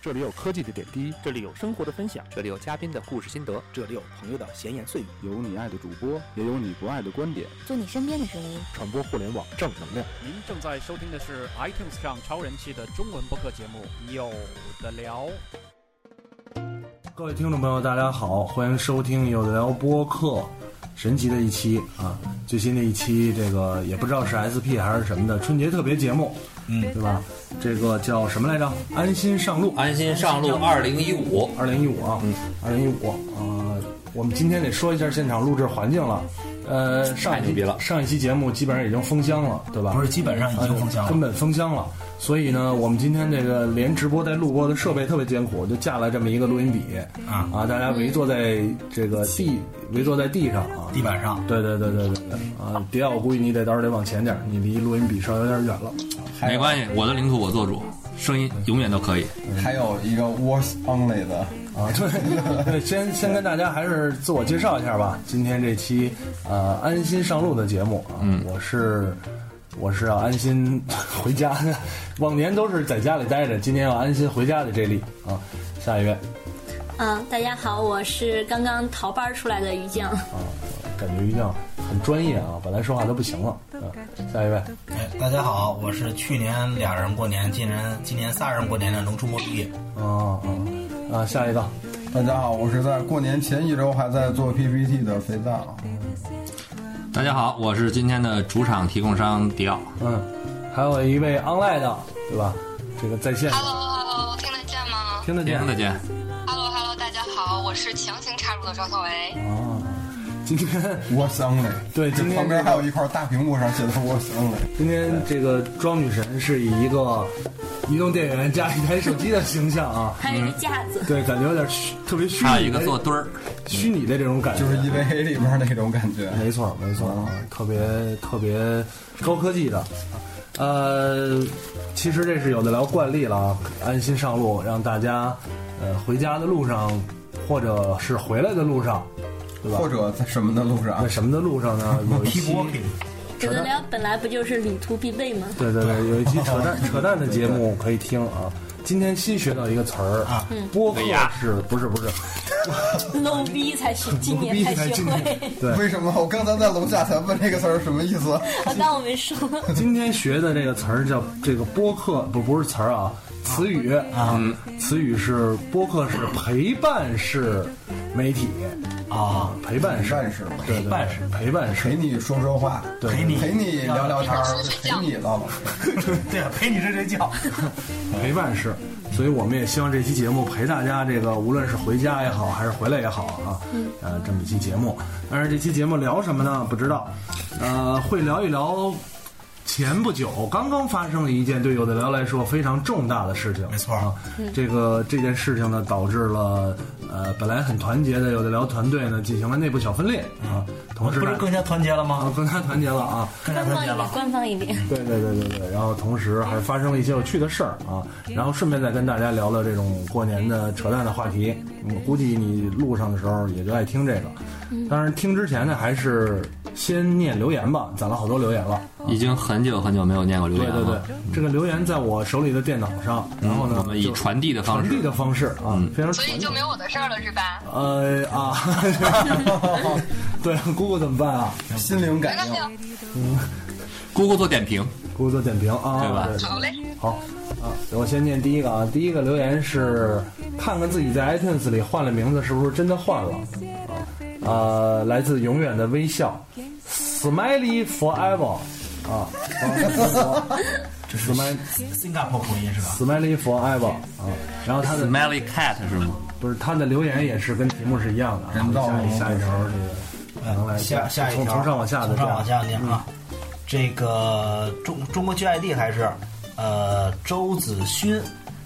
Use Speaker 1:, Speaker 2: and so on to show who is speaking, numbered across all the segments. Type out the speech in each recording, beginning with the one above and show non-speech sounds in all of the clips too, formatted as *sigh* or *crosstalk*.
Speaker 1: 这里有科技的点滴，
Speaker 2: 这里有生活的分享，
Speaker 3: 这里有嘉宾的故事心得，
Speaker 4: 这里有朋友的闲言碎语，
Speaker 5: 有你爱的主播，也有你不爱的观点，
Speaker 6: 做你身边的声音，
Speaker 1: 传播互联网正能量。
Speaker 7: 您正在收听的是 iTunes 上超人气的中文播客节目《有的聊》。
Speaker 8: 各位听众朋友，大家好，欢迎收听《有的聊》播客，神奇的一期啊！最新的一期，这个也不知道是 SP 还是什么的春节特别节目，嗯，对吧？这个叫什么来着？安心上路，
Speaker 9: 安心上路，二零一五，嗯
Speaker 8: 二零一五啊，二零一五啊，我们今天得说一下现场录制环境了。呃，上一期
Speaker 9: 了
Speaker 8: 上一期节目基本上已经封箱了，对吧？
Speaker 4: 不是，基本上已经封
Speaker 8: 呃
Speaker 4: 箱了。
Speaker 8: 根本封箱了。所以呢，我们今天这个连直播带录播的设备特别艰苦，就架了这么一个录音笔
Speaker 4: 啊
Speaker 8: 啊，大家围坐在这个地围坐在地上啊，
Speaker 4: 地板上
Speaker 8: *laughs* 对对对对对对啊！别我估计你得到时候得往前点儿，你离录音笔稍微有点远了。 *laughs*
Speaker 9: 没关系，我的领土我做主，声音永远都可以。
Speaker 10: 还有一个 Wars Only 的，
Speaker 8: 啊，对，对先先跟大家还是自我介绍一下吧。今天这期呃安心上路的节目啊，
Speaker 4: 嗯
Speaker 8: 我是我是要安心 *laughs* 回家的，往年都是在家里待着，今年要安心回家的这例啊。下一位啊，
Speaker 11: 嗯，大家好，我是刚刚逃班儿出来的于 *laughs* 酱。
Speaker 8: 感觉一定很专业啊，本来说话都不行了啊。下一位
Speaker 4: 哎，大家好，我是去年俩人过年，今年今年仨人过年的龙出没毕业。
Speaker 8: 啊啊啊，下一个
Speaker 10: 大家好，我是在过年前一周还在做 PPT 的肥皂。
Speaker 9: 大家好，我是今天的主场提供商迪奥。
Speaker 8: 嗯，还有一位 online 的对吧？这个在线的
Speaker 12: Hello，Hello，听得见吗
Speaker 8: 听得见
Speaker 9: 听得见，
Speaker 12: ？Hello，Hello，大家好，我是强行插入的赵小维。
Speaker 8: 啊，今天
Speaker 10: Wars Only，
Speaker 8: 对
Speaker 10: 这
Speaker 8: 今天
Speaker 10: 旁边
Speaker 8: 这个
Speaker 10: 还有一块大屏幕上写的 Wars Only。
Speaker 8: 今天这个庄女神是以一个移动电源加一台手机的形象啊，
Speaker 11: 还有一个架子，
Speaker 8: 对，感觉有点虚，特别虚拟的，
Speaker 9: 还啊有一个做墩儿，
Speaker 8: 虚拟的这种感觉，啊
Speaker 10: 就是一 v 黑里边那种感觉，
Speaker 8: 没错没错啊，特别特别高科技的。啊呃，其实这是有的聊惯例了啊，安心上路，让大家呃回家的路上，或者是回来的路上，对吧
Speaker 10: 或？者在什么的路上
Speaker 8: 在，什么的路上呢？有一
Speaker 10: *laughs*
Speaker 8: 期
Speaker 11: 有的聊本来不就是旅途必备 *laughs* 吗？
Speaker 8: 对对对，有一期扯淡扯淡的节目可以听啊。今天新学到一个词儿啊，播客
Speaker 9: 尾牙
Speaker 8: 是不是不是？
Speaker 11: ，low 逼才是今年才学会。
Speaker 8: 对
Speaker 10: 为什么？我刚才在楼下才问这个词儿什么意思？
Speaker 11: 我当我没 *laughs* 说，
Speaker 8: 今天学的这个词儿叫这个播客，不不是词儿啊，词语啊，词语是播客是陪伴式媒体啊，陪伴式
Speaker 10: 战士嘛，
Speaker 8: 对对
Speaker 4: 伴式
Speaker 8: 陪伴式
Speaker 10: 陪你说说话，
Speaker 8: 对
Speaker 10: 陪
Speaker 4: 你
Speaker 10: 陪你聊聊天儿，陪你唠唠嗑。
Speaker 4: 对，啊陪你睡睡觉。
Speaker 8: 陪伴式，所以我们也希望这期节目陪大家这个无论是回家也好，还是回来也好啊，呃，这么一期节目。但是这期节目聊什么呢？不知道，呃，会聊一聊前不久刚刚发生了一件对有的聊来说非常重大的事情。
Speaker 4: 没错
Speaker 8: 啊，这个这件事情呢，导致了呃本来很团结的有的聊团队呢进行了内部小分裂啊，同时
Speaker 4: 不
Speaker 8: 呢
Speaker 4: 是更加团结了
Speaker 8: 啊
Speaker 4: 吗？
Speaker 8: 更加团结了啊。
Speaker 4: 更加
Speaker 11: 官
Speaker 4: 团
Speaker 11: 方一
Speaker 4: 结
Speaker 11: 点，
Speaker 4: 了。
Speaker 11: 官方一点。
Speaker 8: 对对对对对，然后同时还发生了一些有趣的事儿啊，
Speaker 12: 嗯
Speaker 8: 然后顺便再跟大家聊聊这种过年的扯淡的话题。嗯，估计你路上的时候也就爱听这个。
Speaker 12: 嗯
Speaker 8: 当然，听之前呢，还是先念留言吧，攒了好多留言了。
Speaker 9: 已经很久很久没有念过留
Speaker 8: 对
Speaker 9: 言了。啊嗯
Speaker 8: 对对，这个留言在我手里的电脑上，然后呢，
Speaker 9: 我们以
Speaker 8: 就
Speaker 9: 传递嗯的方
Speaker 8: 传递
Speaker 9: 式，
Speaker 8: 的方式啊，非常
Speaker 12: 所以就没有我的事儿了，是吧？
Speaker 8: 呃啊， *laughs* 对，姑姑怎么办啊？
Speaker 10: 心灵
Speaker 12: 没
Speaker 10: 感
Speaker 12: 关系
Speaker 10: 应，
Speaker 12: 啊，
Speaker 9: 姑姑做点评，
Speaker 8: 姑姑做点评啊，
Speaker 9: 对吧
Speaker 12: 好嘞。
Speaker 8: 好啊，我先念第一个啊，第一个留言是看看自己在 iTunes 里换了名字是不是真的换了啊？呃，来自永远的微笑，Smiley Forever 啊 *laughs*
Speaker 4: 这是新加坡口音是吧？
Speaker 8: ，Smiley Forever 啊，然后他的
Speaker 9: Smelly Cat 是吗？
Speaker 8: 不是他的留言也是跟题目是一样的啊，
Speaker 10: 人造
Speaker 8: 下一
Speaker 10: 龙
Speaker 8: 下一条这个，能来
Speaker 4: 下下一
Speaker 8: 从
Speaker 4: 条，
Speaker 8: 从上往下嗯的这
Speaker 4: 从上
Speaker 8: 样
Speaker 4: 往下念啊。这个中中国 GID 还是呃周子勋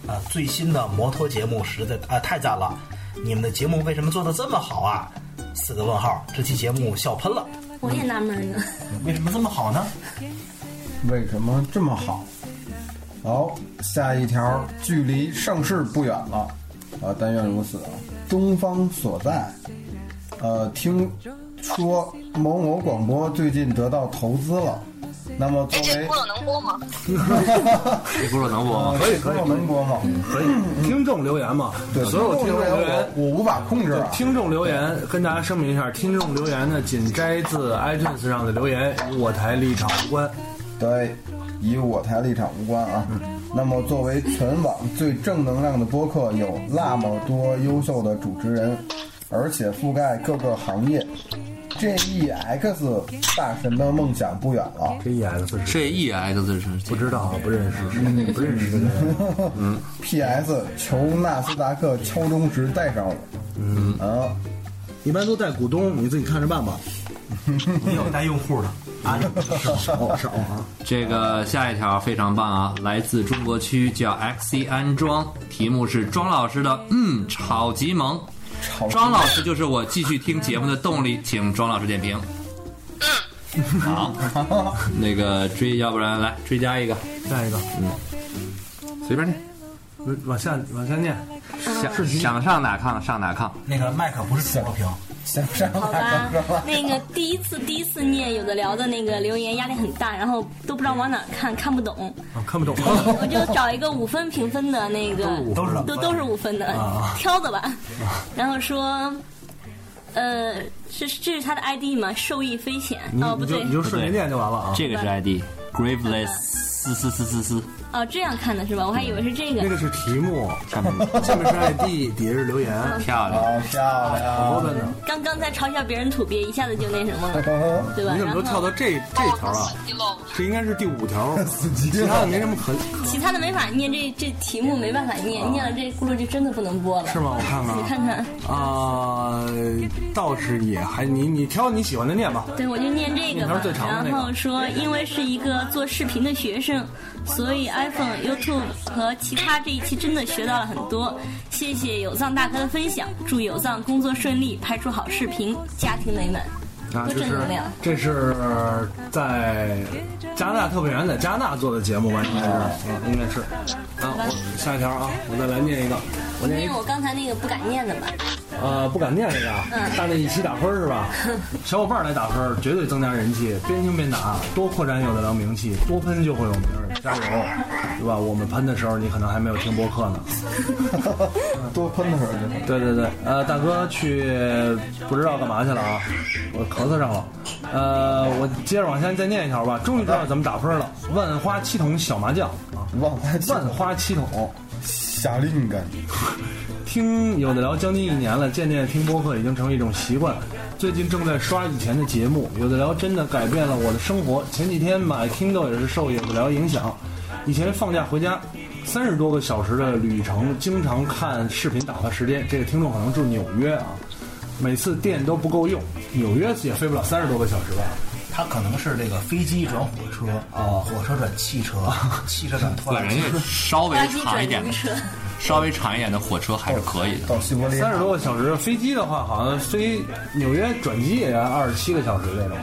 Speaker 4: 啊、最新的摩托节目实在啊、太赞了！你们的节目为什么做的这么好啊？四个问号，这期节目笑喷了，
Speaker 11: 我也纳闷呢，
Speaker 8: 嗯
Speaker 4: 为什么这么好呢？
Speaker 10: 为什么这么好？好，下一条，距离盛世不远了，啊，但愿如此啊。东方所在，呃，听说某某广播最近得到投资了，那么
Speaker 12: 哎，
Speaker 10: 作
Speaker 12: 这
Speaker 10: 为
Speaker 12: 轱辘能播吗？
Speaker 9: 这轱辘能播吗？
Speaker 10: 可以可以能播吗？
Speaker 8: 所以听众留言嘛，
Speaker 10: 对，
Speaker 8: 所有听
Speaker 10: 听
Speaker 8: 众
Speaker 10: 众
Speaker 8: 留
Speaker 10: 留
Speaker 8: 言
Speaker 10: 言我我无法控制啊。
Speaker 8: 听众留言，跟大家声明一下，听众留言呢仅摘自 iTunes 上的留言，与我台立场无关。
Speaker 10: 对，与我台立场无关啊。那么，作为全网最正能量的播客，有那么多优秀的主持人，而且覆盖各个行业。JEX 大神的梦想不远了，
Speaker 8: 这 EX 是
Speaker 9: J E X 是
Speaker 8: 不知道啊，不认识，不认识这个人。
Speaker 10: PS 求纳斯达克敲钟时带上我。嗯啊，
Speaker 8: 一般都带股东，你自己看着办吧。
Speaker 4: 你有带用户的啊？
Speaker 8: 少少啊，
Speaker 9: 这个下一条非常棒啊，来自中国区叫 XC 安庄，题目是庄老师的嗯超级萌。
Speaker 10: 超
Speaker 9: 庄老师就是我继续听节目的动力，请庄老师点评。好，那个追，要不然来追加一个，
Speaker 8: 下一个，
Speaker 9: 随便念。
Speaker 8: 嗯，往下往下念。
Speaker 9: 想想上哪炕上哪炕，
Speaker 4: 那个麦克不是主播屏，
Speaker 10: 想上
Speaker 11: 好 *laughs*
Speaker 10: 哪
Speaker 11: 吧
Speaker 10: 个了？，
Speaker 11: 那个第一次第一次念有的聊的那个留言压力很大，然后都不知道往哪看，看不懂，
Speaker 8: 啊，看不懂。
Speaker 11: 我就找一个五分评分的那个，
Speaker 4: 都是五分
Speaker 11: 都都是五分的，
Speaker 8: 啊
Speaker 11: 挑的吧。然后说，呃，是这是他的 ID 吗？受益匪浅
Speaker 8: 你
Speaker 11: 哦，不
Speaker 8: 你就
Speaker 11: 对
Speaker 8: 你，就顺着念就完了啊。
Speaker 9: 这个是 ID Graveless 四四四四四，
Speaker 11: 哦，这样看的是吧？我还以为是这
Speaker 8: 那
Speaker 11: 个。
Speaker 8: 个是题目，下面下面是 ID，底下是留言。
Speaker 9: 漂亮。
Speaker 10: 啊好漂
Speaker 8: 我
Speaker 10: 亮！
Speaker 8: 在哪？
Speaker 11: 刚刚在嘲笑别人土鳖，一下子就那什么了，对吧？
Speaker 8: 你怎么
Speaker 11: 然
Speaker 8: 都跳
Speaker 11: 后
Speaker 8: 到这这啊
Speaker 12: 我
Speaker 8: 条
Speaker 12: 跟
Speaker 8: 了
Speaker 12: 死？机喽。
Speaker 8: 这应该是第五条，其他的没什么可
Speaker 11: 其他的没法念，这这题目没办法念，念了这轱辘就真的不能播了。
Speaker 8: 是吗？我看看
Speaker 11: 你
Speaker 8: 啊。
Speaker 11: 看看，
Speaker 8: 啊，倒是也还你你挑你喜欢的念吧。
Speaker 11: 对，我就念这个
Speaker 8: 那条
Speaker 11: 吧
Speaker 8: 是最。长的那个
Speaker 11: 然后说，因为是一个做视频的学生，所以 iPhone、YouTube 和其他这一期真的学到了很多。谢谢有藏大哥的分享，祝有藏工作顺利，拍出好视频，家庭美满。
Speaker 8: 啊，
Speaker 11: 多
Speaker 8: 这
Speaker 11: 正
Speaker 8: 是
Speaker 11: 能量！
Speaker 8: 这是在加拿大特派员在加拿大做的节目吧？应该是，嗯，应该是。啊，我下一条啊，我再来念一个，哎我念一
Speaker 11: 念我刚才那个不敢念的吧？
Speaker 8: 呃，不敢念这个啊，大家一起打分儿是吧？ *laughs* 小伙伴儿来打分儿，绝对增加人气，边听边打，多扩展有的聊名气，多喷就会有名儿，加油，对吧？我们喷的时候，你可能还没有听播客呢。
Speaker 10: 多喷的时候就好
Speaker 8: 对对对，呃，大哥去不知道干嘛去了啊，我咳嗽上了。呃，我接着往下再念一条吧，终于知道怎么打分了。万花七筒小麻将啊，
Speaker 10: 忘了
Speaker 8: 万花七筒，
Speaker 10: 下令感。
Speaker 8: 听有的聊将近一年了，渐渐听播客已经成为一种习惯。最近正在刷以前的节目，有的聊真的改变了我的生活。前几天买 Kindle 也是受有的聊影响，以前放假回家三十多个小时的旅程，经常看视频打发时间。这个听众可能住纽约啊，每次电都不够用，纽约也飞不了三十多个小时吧？
Speaker 4: 他可能是这个飞机转火车，啊
Speaker 8: 哦
Speaker 4: 火车转汽车，
Speaker 8: *laughs*
Speaker 4: 汽车转拖
Speaker 9: 对，
Speaker 4: *laughs* 拉
Speaker 9: 人
Speaker 4: 机。
Speaker 9: 家稍微
Speaker 11: 垃圾
Speaker 9: 长一
Speaker 11: 转
Speaker 9: 点
Speaker 11: 移
Speaker 9: 的，
Speaker 11: 车。
Speaker 9: 稍微长一点的火车还是可以的。
Speaker 10: 到西伯利
Speaker 8: 三十
Speaker 10: 亚，
Speaker 8: 多个小时飞机的话，好像飞纽约转机也要二十七个小时这种。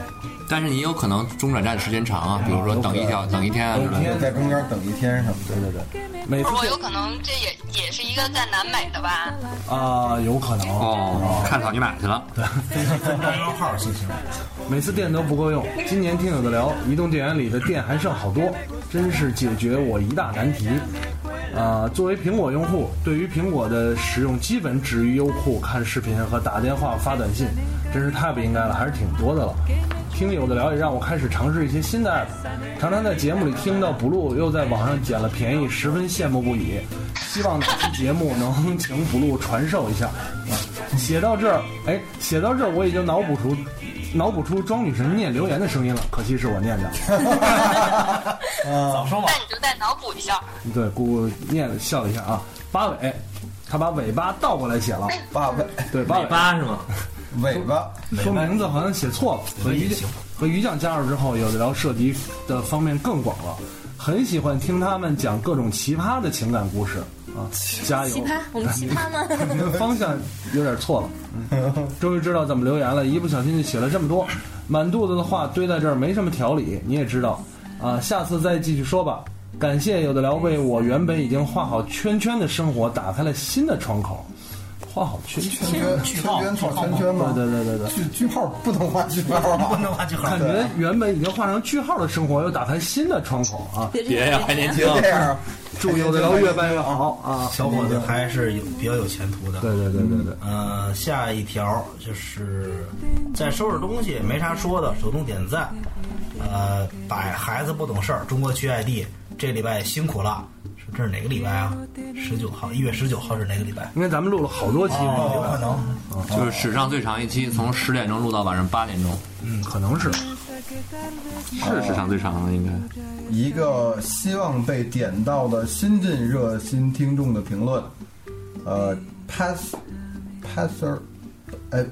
Speaker 9: 但是你有可能中转站时间长啊，比如说等一条等一天啊之类的。
Speaker 10: 在中间等一天什么的。对对对。
Speaker 8: 每次
Speaker 12: 不是我哦有可能这也也是一个在南美的吧？
Speaker 8: 啊、有可能
Speaker 9: 哦，看草泥马去了。
Speaker 4: 公众号进行。
Speaker 8: 每次电都不够用，今年听有的聊，移动电源里的电还剩好多，真是解决我一大难题。啊，作为苹果用户，对于苹果的使用基本止于优酷看视频和打电话发短信，真是太不应该了，还是挺多的了。听有的聊也让我开始尝试一些新的 app，常常在节目里听到 blue，又在网上捡了便宜，十分羡慕不已。希望哪期节目能请 blue 传授一下。啊，写到这儿，哎，写到这儿我已经脑补出脑补出庄女神念留言的声音了，可惜是我念的。
Speaker 4: 早说嘛
Speaker 12: 那，你就再脑补一下。
Speaker 8: 对，姑姑念了笑了一下啊，八尾，他把尾巴倒过来写了，
Speaker 10: 爸尾
Speaker 4: 嗯
Speaker 8: 对，八尾，
Speaker 9: 巴是吗？
Speaker 10: 尾巴，
Speaker 8: 说名字好像写错了，和鱼酱和鱼酱加入之后，有的聊涉及的方面更广了，很喜欢听他们讲各种奇葩的情感故事啊，加油！
Speaker 11: 奇葩，我们奇葩吗？
Speaker 8: *laughs* 这个方向有点错了。嗯终于知道怎么留言了，一不小心就写了这么多，满肚子的话堆在这儿没什么条理，你也知道啊。下次再继续说吧。感谢有的聊为我原本已经画好圈圈的生活打开了新的窗口。画好圈圈。
Speaker 10: 圈
Speaker 4: 句
Speaker 10: 圈
Speaker 4: 号
Speaker 10: 圈
Speaker 4: 句
Speaker 10: 画
Speaker 4: 号
Speaker 10: 圈圈
Speaker 8: 对
Speaker 10: 吗？
Speaker 8: 对对对对，
Speaker 10: 句句号不能画句号啊，
Speaker 4: *laughs* 不能画句号
Speaker 8: 感。觉原本已经画上句号的生活又打开新的窗口啊！
Speaker 11: 别
Speaker 9: 别呀，还年轻
Speaker 10: 别，这样，啊
Speaker 8: 祝有的聊越办越好啊！
Speaker 4: 小伙子还是有比较有前途的。
Speaker 8: 对对对对对，
Speaker 4: 呃，下一条就是在收拾东西没啥说的，手动点赞。呃，摆孩子不懂事儿，中国区 ID 这礼拜辛苦了，是这是哪个礼拜啊？十九号，一月十九号是哪个礼拜？
Speaker 8: 因为咱们录了好多期，
Speaker 4: 有可能，
Speaker 9: 就是史上最长一期，从十点钟录到晚上八点钟，
Speaker 8: 嗯，可能是
Speaker 9: 是史上最长的应该。
Speaker 10: 一个希望被点到的新晋热心听众的评论，呃，pass passer，哎，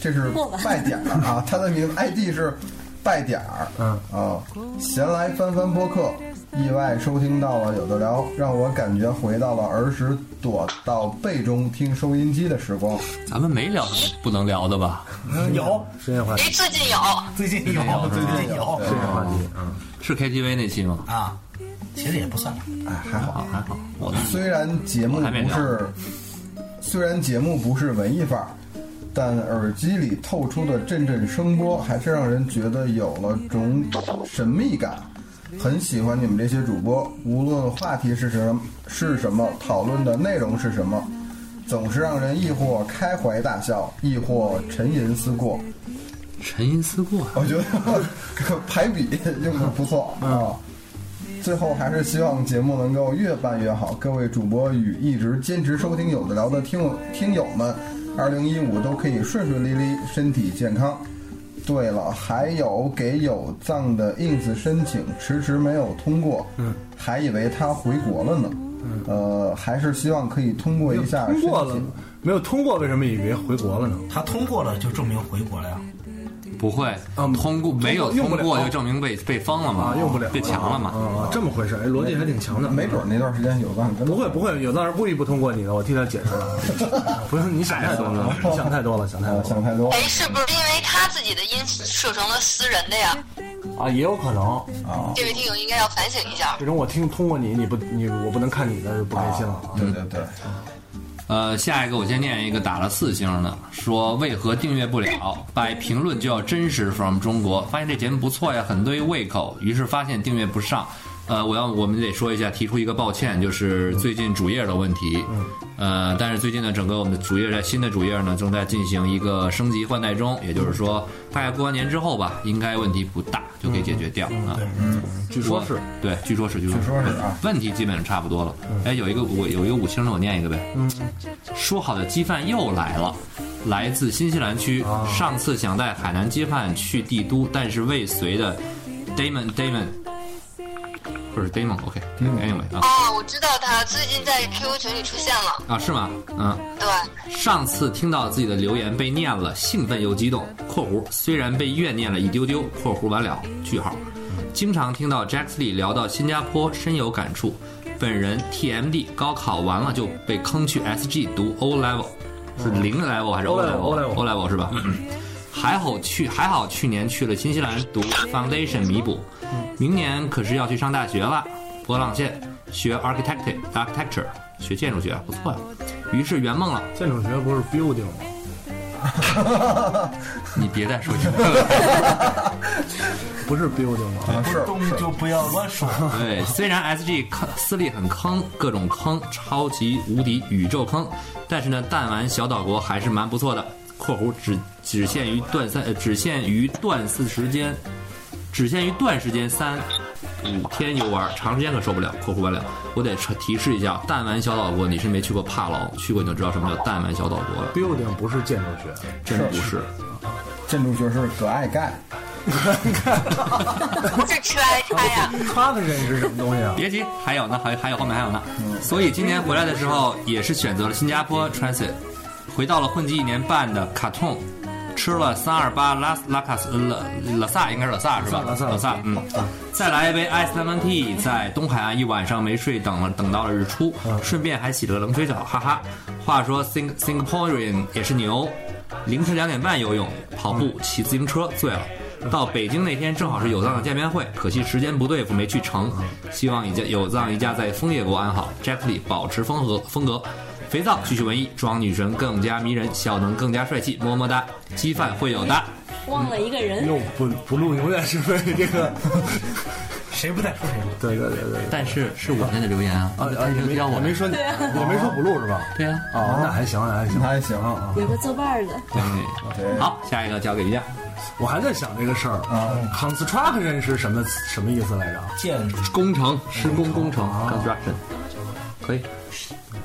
Speaker 10: 这是
Speaker 11: 过吧
Speaker 10: 拜点儿啊，他的名 ID 是拜点儿，
Speaker 8: 嗯
Speaker 10: 啊，闲来翻翻播客，意外收听到了有的聊，让我感觉回到了儿时躲到被中听收音机的时光。
Speaker 9: 咱们没聊不能聊的吧？
Speaker 4: 嗯有
Speaker 8: 深夜话题，
Speaker 12: 哎，最近有，
Speaker 4: 最近有，最近有
Speaker 8: 深夜话题，嗯，
Speaker 9: 是 KTV 那期吗？
Speaker 4: 啊，其实也不算。
Speaker 10: 哎，还好。
Speaker 9: 啊，还好，我
Speaker 10: 虽然节目
Speaker 9: 我还没
Speaker 10: 不
Speaker 9: 聊
Speaker 10: 是，虽然节目不是文艺范儿，但耳机里透出的阵阵声波，还是让人觉得有了种神秘感。很喜欢你们这些主播，无论话题是什么是什么，讨论的内容是什么，总是让人亦或开怀大笑，亦或沉吟思过。
Speaker 9: 沉吟思过，
Speaker 10: 我觉得 *laughs* 排比用的不错啊。最后还是希望节目能够越办越好，各位主播与一直坚持收听有的聊的听友听友们，二零一五都可以顺顺利利，身体健康。对了，还有给有藏的 ins 申请迟迟没有通过，嗯，还以为他回国了呢，嗯，呃，还是希望可以通过一下
Speaker 8: 通过
Speaker 10: 申
Speaker 8: 了
Speaker 10: 请
Speaker 8: 没有通过，为什么以为回国了呢？
Speaker 4: 他通过了就证明回国了呀。
Speaker 9: 不会
Speaker 8: 嗯，
Speaker 9: 啊通过没有
Speaker 8: 用不
Speaker 9: 通
Speaker 8: 了
Speaker 9: 过就证明被被封了嘛？
Speaker 8: 啊，用不了，
Speaker 9: 被强了
Speaker 8: 嘛？
Speaker 9: 嘛？
Speaker 8: 啊，这么回事，哎，逻辑还挺强的，啊
Speaker 10: 没准那段时间有藏真的
Speaker 8: 不会不会，有当时故意不通过你的，我替他解释 *laughs* 了，不用你想太多了，想太多了，想太多
Speaker 10: 呃
Speaker 8: 了，
Speaker 10: 想太多了
Speaker 12: 哎，是不是因为他自己的音设成了私人的呀？
Speaker 8: 啊，也有可能，
Speaker 10: 啊，
Speaker 12: 这位听友应该要反省一下。
Speaker 8: 这种我听通过你，你不你我不能看你的就不开心了啊。
Speaker 10: 对对对，
Speaker 9: 呃，下一个我先念一个打了四星的，说为何订阅不了？by 评论就要真实 from 中国，发现这节目不错呀，很对胃口，于是发现订阅不上。呃，我要我们得说一下，提出一个抱歉，就是最近主页的问题。呃，但是最近呢，整个我们的主页在新的主页呢正在进行一个升级换代中，也就是说，大概过完年之后吧，应该问题不大，就可以解决掉啊。
Speaker 8: 据说是，
Speaker 9: 对，据说是，据说
Speaker 10: 说是啊
Speaker 9: 问题基本上差不多了。哎，有一个我有一个五星的，我念一个呗。嗯，说好的鸡饭又来了，来自新西兰区。上次想带海南鸡饭去帝都，但是未遂的 Damon Damon，不是 Damon，OK，Anyway、啊
Speaker 12: 哦，我知道他最近在 QQ 群里出现了，
Speaker 9: 啊是吗？嗯，
Speaker 12: 对，
Speaker 9: 上次听到自己的留言被念了，兴奋又激动（括弧虽然被怨念了一丢丢）（括弧完了）句号。经常听到 Jack Lee 聊到新加坡，深有感触。本人 TMD 高考完了就被坑去 SG 读 O level，是零 level 还是 O
Speaker 8: O level
Speaker 9: level？O level 是吧？还好去还好去年去了新西兰读 Foundation 弥补，明年可是要去上大学了，波浪线学 Architecture Architecture 学建筑学，不错呀、于是圆梦了。
Speaker 8: 建筑学不是 building 吗？
Speaker 9: 你别再说这个了。
Speaker 8: 不是 building 吗？
Speaker 10: 啊是
Speaker 4: 动就不要乱说。
Speaker 9: 对，虽然 SG 坑私立很坑，各种坑，超级无敌宇宙坑，但是呢，弹丸小岛国还是蛮不错的。（括弧只只限于段三，呃，只限于段四时间，只限于段时间三五天游玩，长时间可受不了。）（括弧完了）我得提示一下，弹丸小岛国你是没去过帕劳，去过你就知道什么叫弹丸小岛国了，
Speaker 8: building 不是建筑学，
Speaker 9: 真不是。
Speaker 10: 建筑学是葛爱盖。
Speaker 12: 不是吃爱他呀。
Speaker 8: 他的认识是什么东西啊？
Speaker 9: 别急，还有呢，还还有后面还有呢。
Speaker 8: 嗯
Speaker 9: 所以今年回来的时候，也是选择了新加坡 transit，回到了混迹一年半的卡通，吃了三二八拉拉卡斯呃拉拉萨，应该是拉萨是吧？
Speaker 8: 拉萨拉
Speaker 9: 拉
Speaker 8: 萨
Speaker 9: 萨，嗯。再来一杯 Ice Lemon Tea，在东海岸一晚上没睡，等了等到了日出，顺便还洗了个冷水澡，哈哈。话说 Sing Singaporean 也是牛，凌晨两点半游泳、跑步、骑自行车，醉了。到北京那天正好是有藏的见面会，可惜时间不对付没去成。希望一家有藏一家在枫叶国安好，Jack Lee 保持风格风格。肥皂继续文艺，装女神更加迷人，效能更加帅气，么么哒，鸡饭会有的。
Speaker 11: 忘了一个人，
Speaker 8: *laughs* 又不不录，永远是被 *laughs* 啊这个，
Speaker 4: 谁不在乎谁？
Speaker 8: 对对对对对。
Speaker 9: 但是是我那的留言啊，
Speaker 8: 啊啊！你没
Speaker 9: 邀我
Speaker 8: 我没说你，我没说不录是吧？
Speaker 9: 对呀、
Speaker 8: 哦，那还行，那还行，
Speaker 10: 那还行
Speaker 8: 啊啊！
Speaker 11: 有个作伴儿的，
Speaker 9: 对。嗯好，下一个交给于酱。
Speaker 8: 我还在想这个事儿
Speaker 10: 啊
Speaker 8: ，construction 是什么什么意思来着？
Speaker 4: 建筑
Speaker 9: 工程施工工程 construction，可以。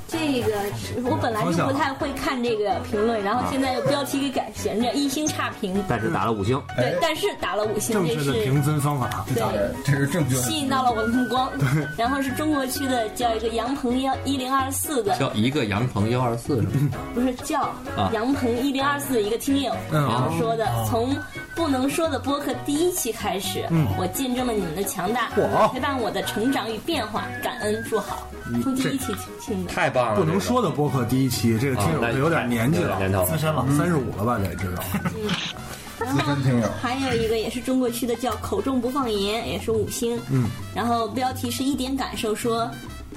Speaker 11: 这个是我本来就不太会看这个评论，然后现在又标题给改成这一星差评，
Speaker 9: 但是打了五星，
Speaker 11: 对，但是打了五星，
Speaker 8: 正
Speaker 11: 这
Speaker 8: 确的
Speaker 11: 是
Speaker 8: 评分方法。
Speaker 11: 对。
Speaker 10: 呃这是正确的。
Speaker 11: 吸引到了我的目光，然后是中国区的叫一个杨鹏幺一零二四的，
Speaker 9: 叫一个杨鹏幺二四是吗？
Speaker 11: 不是叫
Speaker 9: 啊
Speaker 11: 杨鹏一零二四一个听友，
Speaker 8: 嗯
Speaker 11: 然后说的，从不能说的播客第一期开始，我见证了你们的强大，陪伴我的成长与变化，感恩祝好。从第一期听的，
Speaker 9: 太棒了
Speaker 8: 不能说的播客第一期，这个听友
Speaker 9: 啊
Speaker 8: 可有点年纪了，
Speaker 9: 年头了嗯
Speaker 4: 资深了，
Speaker 8: 三十五了吧？得
Speaker 9: *laughs*
Speaker 8: 知道。
Speaker 11: 然后
Speaker 10: 资深听友
Speaker 11: 还有一个也是中国区的叫口中不放盐，也是五星，嗯，然后标题是一点感受说。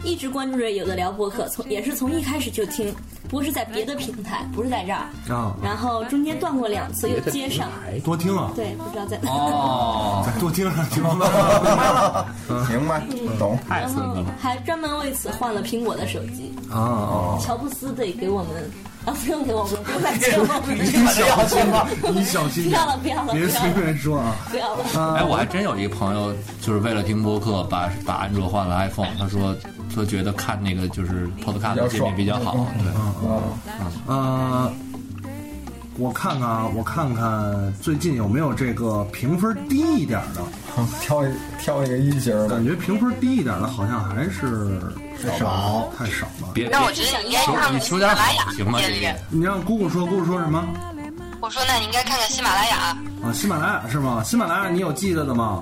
Speaker 11: 一直关注着有的聊播客，从也是从一开始就听，不过是在别的平台，不是在这儿。
Speaker 8: 啊，
Speaker 11: 然后中间断过两次，又接上，
Speaker 9: 哎
Speaker 8: 多听啊，
Speaker 11: 对，不知道在哪。
Speaker 9: *laughs* 哦，
Speaker 8: 多听啊，听
Speaker 9: *laughs*
Speaker 8: 啊。
Speaker 10: 明白，懂。
Speaker 9: 太
Speaker 11: 然
Speaker 9: 刺
Speaker 11: 后
Speaker 9: 激了。
Speaker 11: 还专门为此换了苹果的手机。
Speaker 8: 啊哦，
Speaker 11: 乔布斯得给我们，啊，不用给我们，不用再给我们，
Speaker 8: 你小心吧，你小心
Speaker 11: 不
Speaker 8: 点
Speaker 11: 要，了，不要了，不
Speaker 8: 别
Speaker 11: 要
Speaker 8: 随
Speaker 11: 了，
Speaker 8: 便说啊。
Speaker 11: 不要了。
Speaker 9: 哎，我还真有一个朋友，就是为了听播客，把把安卓换了 iPhone。他说，说觉得看那个就是 Podcast 的界面比较好。对，
Speaker 8: 呃，我看看啊，我看看最近有没有这个评分低一点的。
Speaker 10: 啊挑一挑一个一型的
Speaker 8: 感，觉评分低一点的，好像还是少，太少了。
Speaker 9: 别
Speaker 12: 那我觉得你应该看
Speaker 9: 你
Speaker 12: 看喜
Speaker 9: 求
Speaker 12: 马
Speaker 9: 点
Speaker 12: 拉
Speaker 9: 好
Speaker 12: 雅
Speaker 9: 行吗？
Speaker 12: 列
Speaker 9: 这
Speaker 12: 列。
Speaker 9: 个
Speaker 8: 你让姑姑说，姑姑说什么？
Speaker 12: 我说，那你应该看看喜马拉雅。
Speaker 8: 啊，喜马拉雅是吗？喜马拉雅你有记得的吗？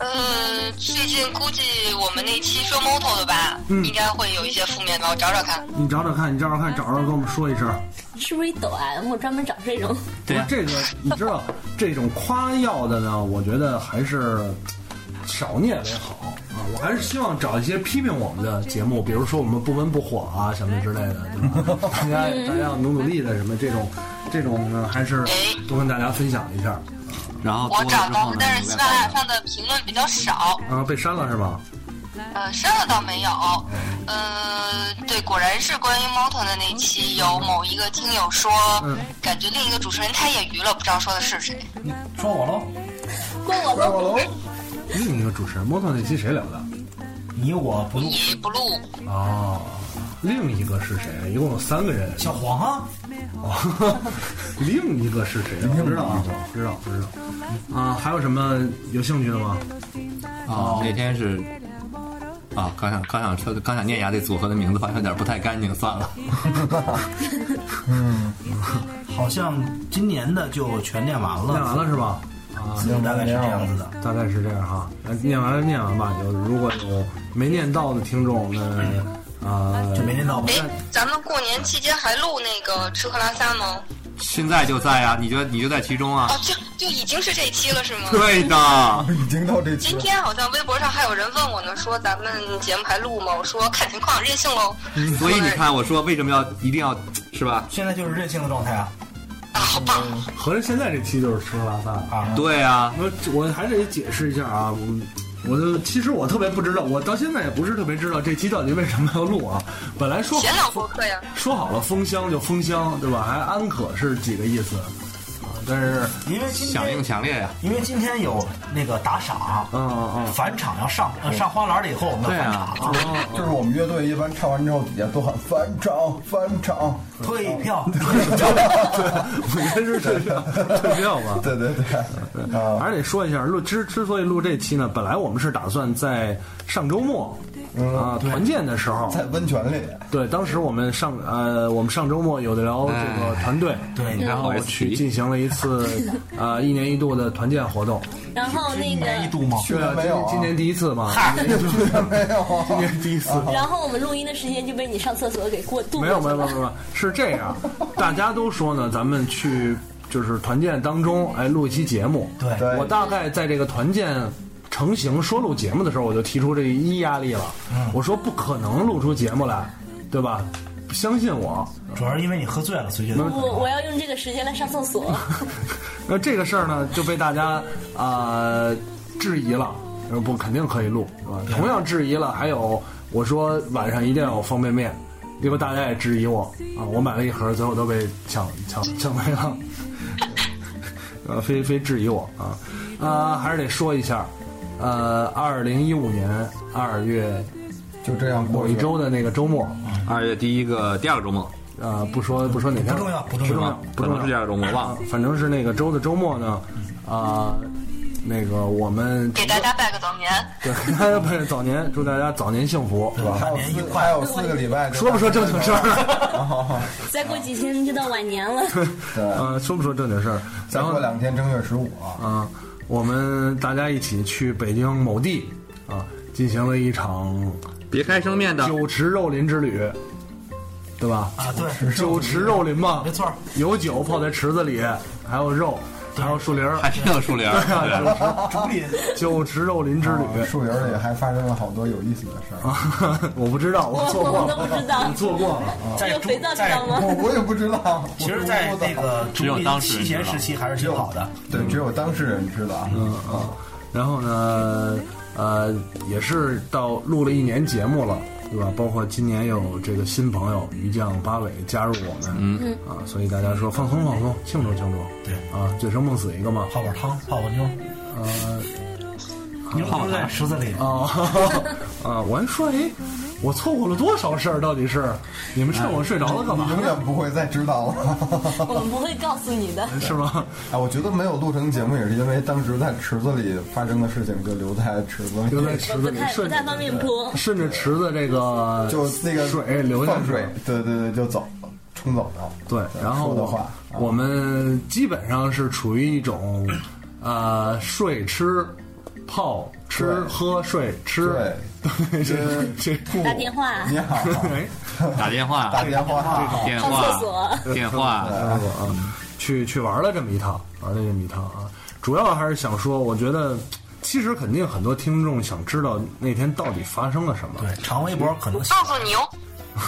Speaker 12: 呃，最近估计我们那期说 moto 的吧，
Speaker 9: 嗯
Speaker 12: 应该会有一些负面吧，我找找看。
Speaker 8: 你找找看，你找找看，找着跟我们说一声。
Speaker 11: 是不是一抖 M？我专门找这种，
Speaker 9: 对啊
Speaker 8: 这个你知道，这种夸耀的呢，我觉得还是少念为好啊。我还是希望找一些批评我们的节目，比如说我们不温不火啊什么之类的，对吧？
Speaker 9: *laughs*
Speaker 8: 大家大家要努努力的什么这种这种呢，还是多跟大家分享一下
Speaker 9: 然后多
Speaker 12: 我
Speaker 9: 啊了
Speaker 12: 找
Speaker 9: 之
Speaker 12: 到
Speaker 9: 后
Speaker 12: 了
Speaker 9: 呢，，
Speaker 12: 但是喜马拉雅上的评论比较少，
Speaker 8: 啊。被删了是吗？
Speaker 12: 呃，删了倒没有。呃，对，果然是关于 moto 的那期，有某一个听友说，
Speaker 9: 嗯
Speaker 12: 感觉另一个主持人太业余了，不知道说的是谁。
Speaker 4: 说我喽，
Speaker 11: 关我喽。
Speaker 8: 另一个主持人，摩托那期谁聊的？
Speaker 4: 你我不录，
Speaker 12: 你不录，
Speaker 8: 哦，另一个是谁？一共有三个人。
Speaker 4: 小黄啊，
Speaker 8: 另一个是谁？不知道啊，不知道不知道。啊，还有什么有兴趣的吗？
Speaker 9: 啊，那天是啊，刚想刚想说刚想念牙这组合的名字，好像有点不太干净，算了。
Speaker 4: 好像今年的就全念完了，
Speaker 8: 念完了是吧？
Speaker 4: 嗯，大概是这样子的。
Speaker 8: 大概是这样哈。那念完了念完吧，有如果有没念到的听众，那啊，
Speaker 4: 就没念
Speaker 9: 哦
Speaker 4: 到吧？
Speaker 12: 哎，咱们过年期间还录那个吃喝拉撒吗？
Speaker 9: 现在就在啊，你就你就在其中啊。
Speaker 12: 哦，就就已经是这期
Speaker 9: *laughs*
Speaker 12: 了是吗？
Speaker 9: 对的，
Speaker 10: *laughs* 已经到这期
Speaker 12: 今
Speaker 10: 了。
Speaker 12: 天好像微博上还有人问我呢，说咱们节目还录吗？我说看情况，任性哦喽。
Speaker 9: 嗯所以你看，我说为什么要一定要是吧？
Speaker 4: 现在就是任性的状态啊
Speaker 12: 啊，好棒！
Speaker 9: 嗯
Speaker 8: 合着现在这期就是吃喝拉撒了。
Speaker 4: 啊！
Speaker 9: 对啊，
Speaker 8: 我我还得解释一下啊，我我就其实我特别不知道，我到现在也不是特别知道这期到底为什么要录啊。本来说好
Speaker 12: 闲聊播客呀，
Speaker 8: 说好了封箱就封箱，对吧？还安可是几个意思啊？但是，
Speaker 4: 因为今
Speaker 9: 响应
Speaker 4: 天，
Speaker 9: 强烈呀、
Speaker 4: 因为今天有那个打赏，
Speaker 8: 嗯嗯
Speaker 4: 返场要上呃上花篮了以后，我们
Speaker 9: 嗯对
Speaker 4: 要返场
Speaker 9: 啊，
Speaker 4: 了，
Speaker 10: 就是我们乐队一般唱完之后，底下都喊翻唱翻唱。
Speaker 4: 退票。
Speaker 8: 嗯，我应该是
Speaker 4: *laughs*
Speaker 8: 退票，退票吧。
Speaker 10: 对对对，
Speaker 4: 嗯
Speaker 10: 啊，
Speaker 8: 还是得说一下，录之之所以录这期呢，本来我们是打算在上周末
Speaker 4: 嗯
Speaker 8: 啊团建的时候，
Speaker 10: 在温泉里，
Speaker 8: 对，当时我们上呃，我们上周末有的聊这个团队，
Speaker 4: 对
Speaker 8: 然后
Speaker 9: OSP
Speaker 8: 去进行了一次呃一年一度的团建活动，呃
Speaker 11: 然后那
Speaker 4: 年一
Speaker 11: 个，
Speaker 4: 度吗？
Speaker 10: 去年没有啊，
Speaker 8: 今年第一次嘛，
Speaker 10: 没有啊，
Speaker 8: *laughs* 今年第一次。
Speaker 11: 然后我们录音的时间就被你上厕所给过度
Speaker 8: 没有没有没有没有，是这样，大家都说呢，咱们去就是团建当中，哎，录一期节目。
Speaker 4: 对
Speaker 10: 对
Speaker 8: 我大概在这个团建成型说录节目的时候，我就提出这一压力了，我说不可能录出节目来，对吧？不相信我。
Speaker 4: 主要是因为你喝醉了，所以觉得
Speaker 11: 我
Speaker 9: 嗯
Speaker 11: 我要用这个时间来上厕所。
Speaker 8: *laughs* 那这个事儿呢，就被大家啊、呃质疑了，呃不肯定可以录，是吧？同样质疑了，还有我说晚上一定要有方便面，结果大家也质疑我啊，我买了一盒，最后都被抢抢抢没了， *laughs* 呃，非非质疑我啊啊，还是得说一下，呃，二零一五年二月
Speaker 10: 就这样
Speaker 8: 某
Speaker 10: 过去
Speaker 8: 一
Speaker 10: 了
Speaker 8: 周的那个周末，
Speaker 9: 二月第一个第二个周末
Speaker 8: 呃，不说不说哪天
Speaker 4: 不重要不重
Speaker 8: 不重
Speaker 4: 要
Speaker 8: 要，不
Speaker 9: 可
Speaker 8: 重
Speaker 9: 能
Speaker 8: 要
Speaker 9: 是第，二个周末，忘了。
Speaker 8: 反正是那个周的周末呢，啊、那个我们 *laughs*
Speaker 12: 给大家拜个早年。
Speaker 8: 对， *laughs* 大家不是早年祝大家早年幸福，是
Speaker 10: *laughs*
Speaker 8: 吧？
Speaker 10: 还有四还有四个礼拜，
Speaker 8: 说不说正经事儿？
Speaker 11: 再过几天就到晚年了，
Speaker 10: 对，
Speaker 8: 呃，说不说正经事儿？
Speaker 10: 再
Speaker 8: 然后
Speaker 10: 过两天正月十五啊，
Speaker 8: 啊、我们大家一起去北京某地啊、进行了一场
Speaker 9: *laughs* 别开生面的，
Speaker 8: 酒池肉林之旅，对吧？
Speaker 4: 啊，对，
Speaker 8: 酒池肉林嘛，
Speaker 4: 没错儿，
Speaker 8: 有酒泡在池子里，还有肉，还有树林儿，
Speaker 9: 还
Speaker 4: 哎
Speaker 9: 真有树林 *laughs* 儿。对
Speaker 8: 啊，
Speaker 4: 朱
Speaker 9: 嗯
Speaker 4: 莉
Speaker 8: 酒池酒池肉林之旅。
Speaker 10: 树林里还发生了好多有意思的事
Speaker 8: 啊
Speaker 10: 儿，
Speaker 8: *laughs* 我不知道，我 *laughs* 做
Speaker 11: 我
Speaker 8: 过
Speaker 11: 们都
Speaker 8: 了，
Speaker 11: 不知道
Speaker 8: 我。做过了。
Speaker 11: 只
Speaker 4: 在
Speaker 11: 有
Speaker 4: 朱
Speaker 11: 肥皂知
Speaker 4: 在
Speaker 11: 道吗？
Speaker 10: 我我也不知道。
Speaker 4: 其实，在那个
Speaker 9: 只有
Speaker 4: 朱
Speaker 9: 当
Speaker 4: 莉
Speaker 9: 事
Speaker 4: 七
Speaker 9: 人知道
Speaker 4: 贤时期还是挺好的。
Speaker 10: 对，只有当事人知道啊。
Speaker 8: 嗯啊，然后呢，呃，也是到录了一年节目了，对吧？包括今年有这个新朋友于酱、八尾加入我们，嗯啊，所以大家说放松放松，庆祝庆祝，
Speaker 4: 对
Speaker 8: 啊，醉生梦死一个嘛，
Speaker 4: 泡泡汤，泡泡妞，
Speaker 9: 呃
Speaker 4: 牛牛在池子里，
Speaker 9: 嗯
Speaker 8: 啊啊，我还说哎，我错过了多少事儿？到底是你们趁我睡着了干嘛
Speaker 10: 永
Speaker 8: 呢？
Speaker 10: 远不会再知道了。 *laughs*
Speaker 11: 我们不会告诉你
Speaker 8: *laughs*
Speaker 11: 的。
Speaker 8: 是吗？
Speaker 10: 啊，我觉得没有录成节目，也是因为当时在池子里发生的事情就留在池子
Speaker 8: 留
Speaker 10: 里，
Speaker 8: 在池
Speaker 11: 不
Speaker 8: 子里
Speaker 11: 太不
Speaker 8: 顺着
Speaker 11: 太方便播，
Speaker 8: 顺着池子这个
Speaker 10: 就那个
Speaker 8: 水哎流下
Speaker 10: 放
Speaker 8: 去
Speaker 10: 水，对对对，就走了，冲走了。
Speaker 8: 对，然后
Speaker 10: 呃说的
Speaker 8: 我
Speaker 10: 话啊
Speaker 8: 我们基本上是处于一种，呃，睡吃、泡吃、
Speaker 10: 对
Speaker 8: 喝睡吃，对， *laughs* 这这
Speaker 10: 吐
Speaker 11: 打电话
Speaker 10: 你好，
Speaker 8: 哎，
Speaker 9: 打电话，
Speaker 10: 打电话，
Speaker 9: 电
Speaker 11: 上厕所
Speaker 9: 话，
Speaker 8: *laughs*
Speaker 9: 电话，
Speaker 10: 哎
Speaker 8: 啊，去去玩了这么一趟，玩了这么一趟啊，主要还是想说，我觉得其实肯定很多听众想知道那天到底发生了什么，
Speaker 4: 对，长微博可能写
Speaker 12: 告诉你哦，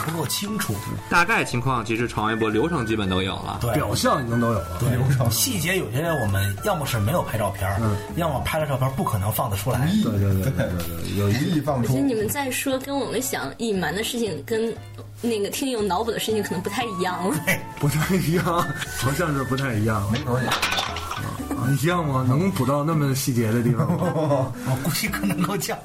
Speaker 4: 得不够清楚，
Speaker 9: 大概情况其实长微博流程基本都有了。
Speaker 4: 对，
Speaker 8: 表象已经都有了，
Speaker 4: 对，细节有些我们要么是没有拍照片儿，要么拍了照片儿不可能放得出来。
Speaker 8: 对对对对
Speaker 10: *laughs*
Speaker 8: 对对，有
Speaker 10: 无
Speaker 8: 一
Speaker 10: 意放
Speaker 11: 其实
Speaker 10: 出
Speaker 11: 你们在说跟我们想隐瞒的事情，跟那个听友脑补的事情可能不太一
Speaker 8: *laughs*
Speaker 11: 样了。
Speaker 8: 不太一样，好像是不太一样，
Speaker 10: 没准儿也
Speaker 8: 啊一样吗？能补到那么细节的地方吗？
Speaker 4: 我估计可能够 *laughs* 呛。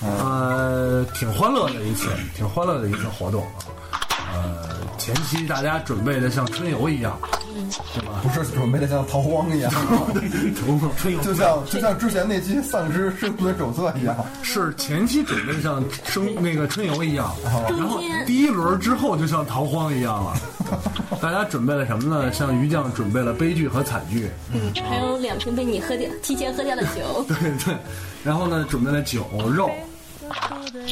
Speaker 8: 呃，挺欢乐的一次，挺欢乐的一次活动啊。呃，前期大家准备的像春游一样，
Speaker 10: *laughs*
Speaker 8: *laughs*
Speaker 10: 不是准备的像逃荒一样，
Speaker 4: 春游
Speaker 10: 就像就像之前那期丧尸生存手册一样，
Speaker 8: 是前期准备的像生那个春游一样，然后第一轮之后就像逃荒一样了。大家准备了什么呢？像于酱准备了悲剧和惨剧， *laughs*
Speaker 11: 还有两瓶被你喝掉、提前喝掉的酒，
Speaker 8: 对对，然后呢准备了酒肉，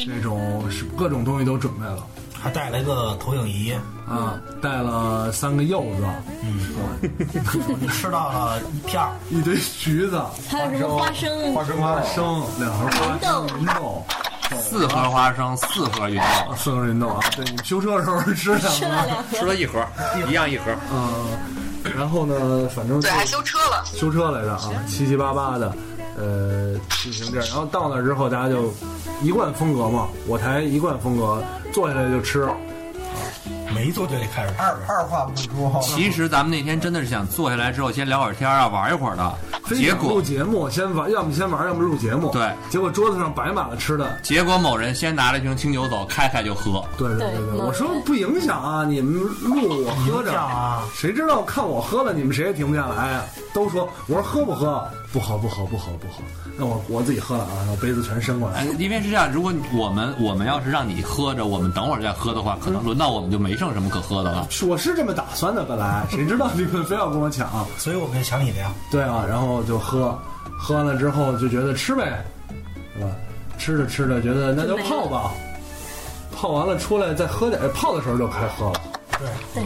Speaker 8: 那种是各种东西都准备了。
Speaker 4: 还带了一个投影仪，
Speaker 8: 啊，带了三个柚子，
Speaker 4: 吃到了一片儿，
Speaker 8: 一堆橘子，
Speaker 11: 还有什么花生、
Speaker 10: 花生
Speaker 8: 花
Speaker 10: 花
Speaker 8: 生，两盒花生，芸豆，
Speaker 9: 四盒花生，四盒芸豆，
Speaker 8: 四个芸豆啊，对，你们修车的时候吃
Speaker 11: 吃
Speaker 8: 两
Speaker 11: 了
Speaker 8: 个，
Speaker 11: 两
Speaker 9: 吃
Speaker 11: 盒，
Speaker 9: 了一盒，一样一盒。
Speaker 8: 嗯，然后呢，反正就
Speaker 12: 对，还修车了。
Speaker 8: 修车来着啊，七七八八的，呃，进行这样，然后到那之后，大家就一贯风格嘛，我台一贯风格，坐下来就吃，
Speaker 4: 没坐就得开始吃。
Speaker 10: 二二话不说，
Speaker 9: 其实咱们那天真的是想坐下来之后先聊会儿天儿啊，玩一会儿的，
Speaker 8: 非
Speaker 9: 结
Speaker 8: 想录
Speaker 9: 果
Speaker 8: 节目，先玩，要么先玩，要么录节目，
Speaker 9: 对
Speaker 8: 结果桌子上摆满了吃的，
Speaker 9: 结果某人先拿了一瓶清酒走，开开就喝。
Speaker 8: 对对
Speaker 11: 对
Speaker 8: 对
Speaker 11: 某
Speaker 8: 对，我说
Speaker 11: 人
Speaker 8: 不影响啊，你们录我喝着
Speaker 4: 影响啊
Speaker 8: 谁知道看我喝了，你们谁也停不下来啊？都说我说喝不喝？不喝不喝不喝不喝，那我我自己喝了啊，然后杯子全伸过来
Speaker 9: 哎。，因为是这样，如果你我们我们要是让你喝着，我们等会儿再喝的话，可能轮到我们就没剩什么可喝的了。
Speaker 8: 是我是这么打算的，本来谁知道你们非要跟我抢？
Speaker 4: 所以我们就想你的呀，
Speaker 8: 对啊，然后就喝，喝完了之后就觉得吃呗，是吧？吃着吃着觉得那
Speaker 11: 就
Speaker 8: 就
Speaker 11: 没了
Speaker 8: 泡吧，泡完了出来再喝点，哎泡的时候就开喝了。
Speaker 11: 对，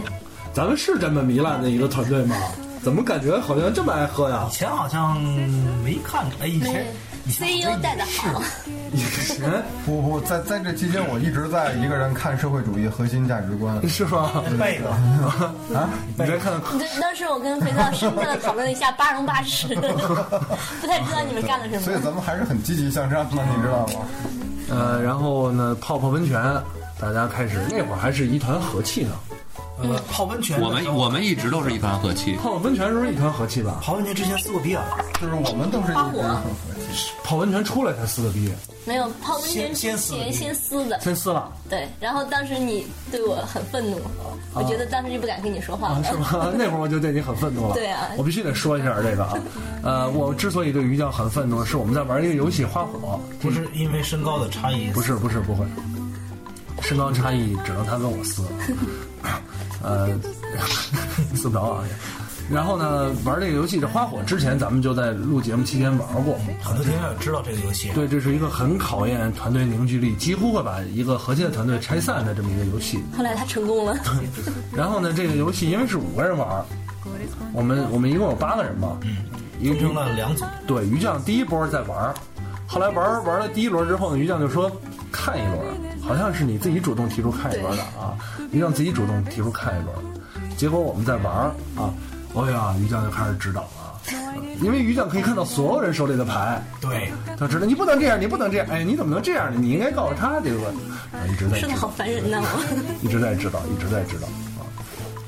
Speaker 8: 咱们是这么糜烂的一个团队吗？怎么感觉好像这么爱喝呀
Speaker 4: 以？前好像没看，哎，以前
Speaker 11: CEO E 带的好，
Speaker 8: 一个人
Speaker 10: 不不，在在这期间，我一直在一个人看社会主义核心价值观。
Speaker 8: 是吗？
Speaker 4: 背了。
Speaker 8: 你再看
Speaker 11: 对，当时我跟肥皂深刻的讨论了一下八荣八耻，不太知道你们干了什
Speaker 10: 所以
Speaker 11: 么。
Speaker 10: 咱们还是很积极向上的，你知道吗？
Speaker 8: 呃，然后呢，泡泡温泉，大家开始那会儿还是一团和气呢。
Speaker 4: 呃，泡温泉的
Speaker 9: 我们
Speaker 4: 时候
Speaker 9: 我们一直都是一团和气。
Speaker 8: 泡温泉的时候一团和气吧，
Speaker 4: 泡温泉之前撕过逼啊，
Speaker 10: 就是我们都是一直很和气。
Speaker 8: 泡温泉出来才撕的逼，
Speaker 11: 没有泡温泉之
Speaker 4: 先撕的
Speaker 11: 前先撕的，
Speaker 8: 先撕了
Speaker 11: 对。然后当时你对我很愤怒，我觉得当时就不敢跟你说话
Speaker 8: 啊，是
Speaker 11: 了。
Speaker 8: *laughs* 吗？那会儿我就对你很愤怒了。
Speaker 11: 对啊
Speaker 8: 我必须得说一下这个啊。呃，我之所以对于酱很愤怒，是我们在玩一个游戏《花火》，
Speaker 4: 不是因为身高的差异，
Speaker 8: 不是不是不会，身高差异只能他跟我 *laughs* 撕，呃， *laughs* 撕不着啊。然后呢，玩这个游戏这花火之前，咱们就在录节目期间玩过。
Speaker 4: 很多听友也知道这个游戏，
Speaker 8: 对，这是一个很考验团队凝聚力，几乎会把一个核心的团队拆散的这么一个游戏。
Speaker 11: 后来他成功了，
Speaker 8: 然后呢，这个游戏因为是五个人玩儿，我们我们一共有八个人嘛，一个
Speaker 4: 分成了两组，
Speaker 8: 对，于酱第一波在玩儿，后来玩儿玩了第一轮之后呢，于酱就说看一轮儿，好像是你自己主动提出看一轮的啊，于酱自己主动提出看一轮，结果我们在玩儿啊，哎呀，于酱就开始指导了啊，因为于酱可以看到所有人手里的牌，
Speaker 4: 对，
Speaker 8: 他知道你不能这样，你不能这样，哎，你怎么能这样呢？你应该告诉他这个，啊一直在
Speaker 11: 说的
Speaker 8: 指
Speaker 11: 好
Speaker 8: 导，
Speaker 11: 烦人呐我。
Speaker 8: 一直在指导，一直在指导啊，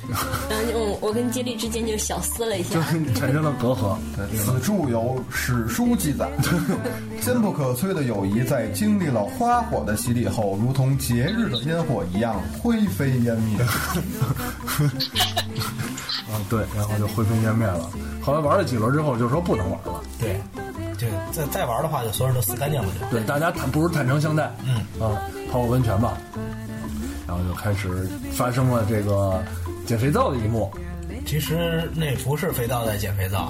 Speaker 11: 然后就我我跟接力之间就小撕了一下
Speaker 8: 就，是产生了隔阂。
Speaker 10: 此处有史书记载， *laughs* 坚不可摧的友谊在经历了花火的洗礼后，如同节日的烟火一样灰飞烟灭。
Speaker 8: 啊，对，然后就灰飞烟灭了。后来玩了几轮之后，就说不能玩了。
Speaker 4: 对，对，再再玩的话，就所有人都撕干净了就。
Speaker 8: 对，大家坦不如坦诚相待。嗯啊，泡泡温泉吧，然后就开始发生了这个捡肥皂的一幕。
Speaker 4: 其实那不是肥皂在捡
Speaker 8: *laughs*
Speaker 4: 肥皂，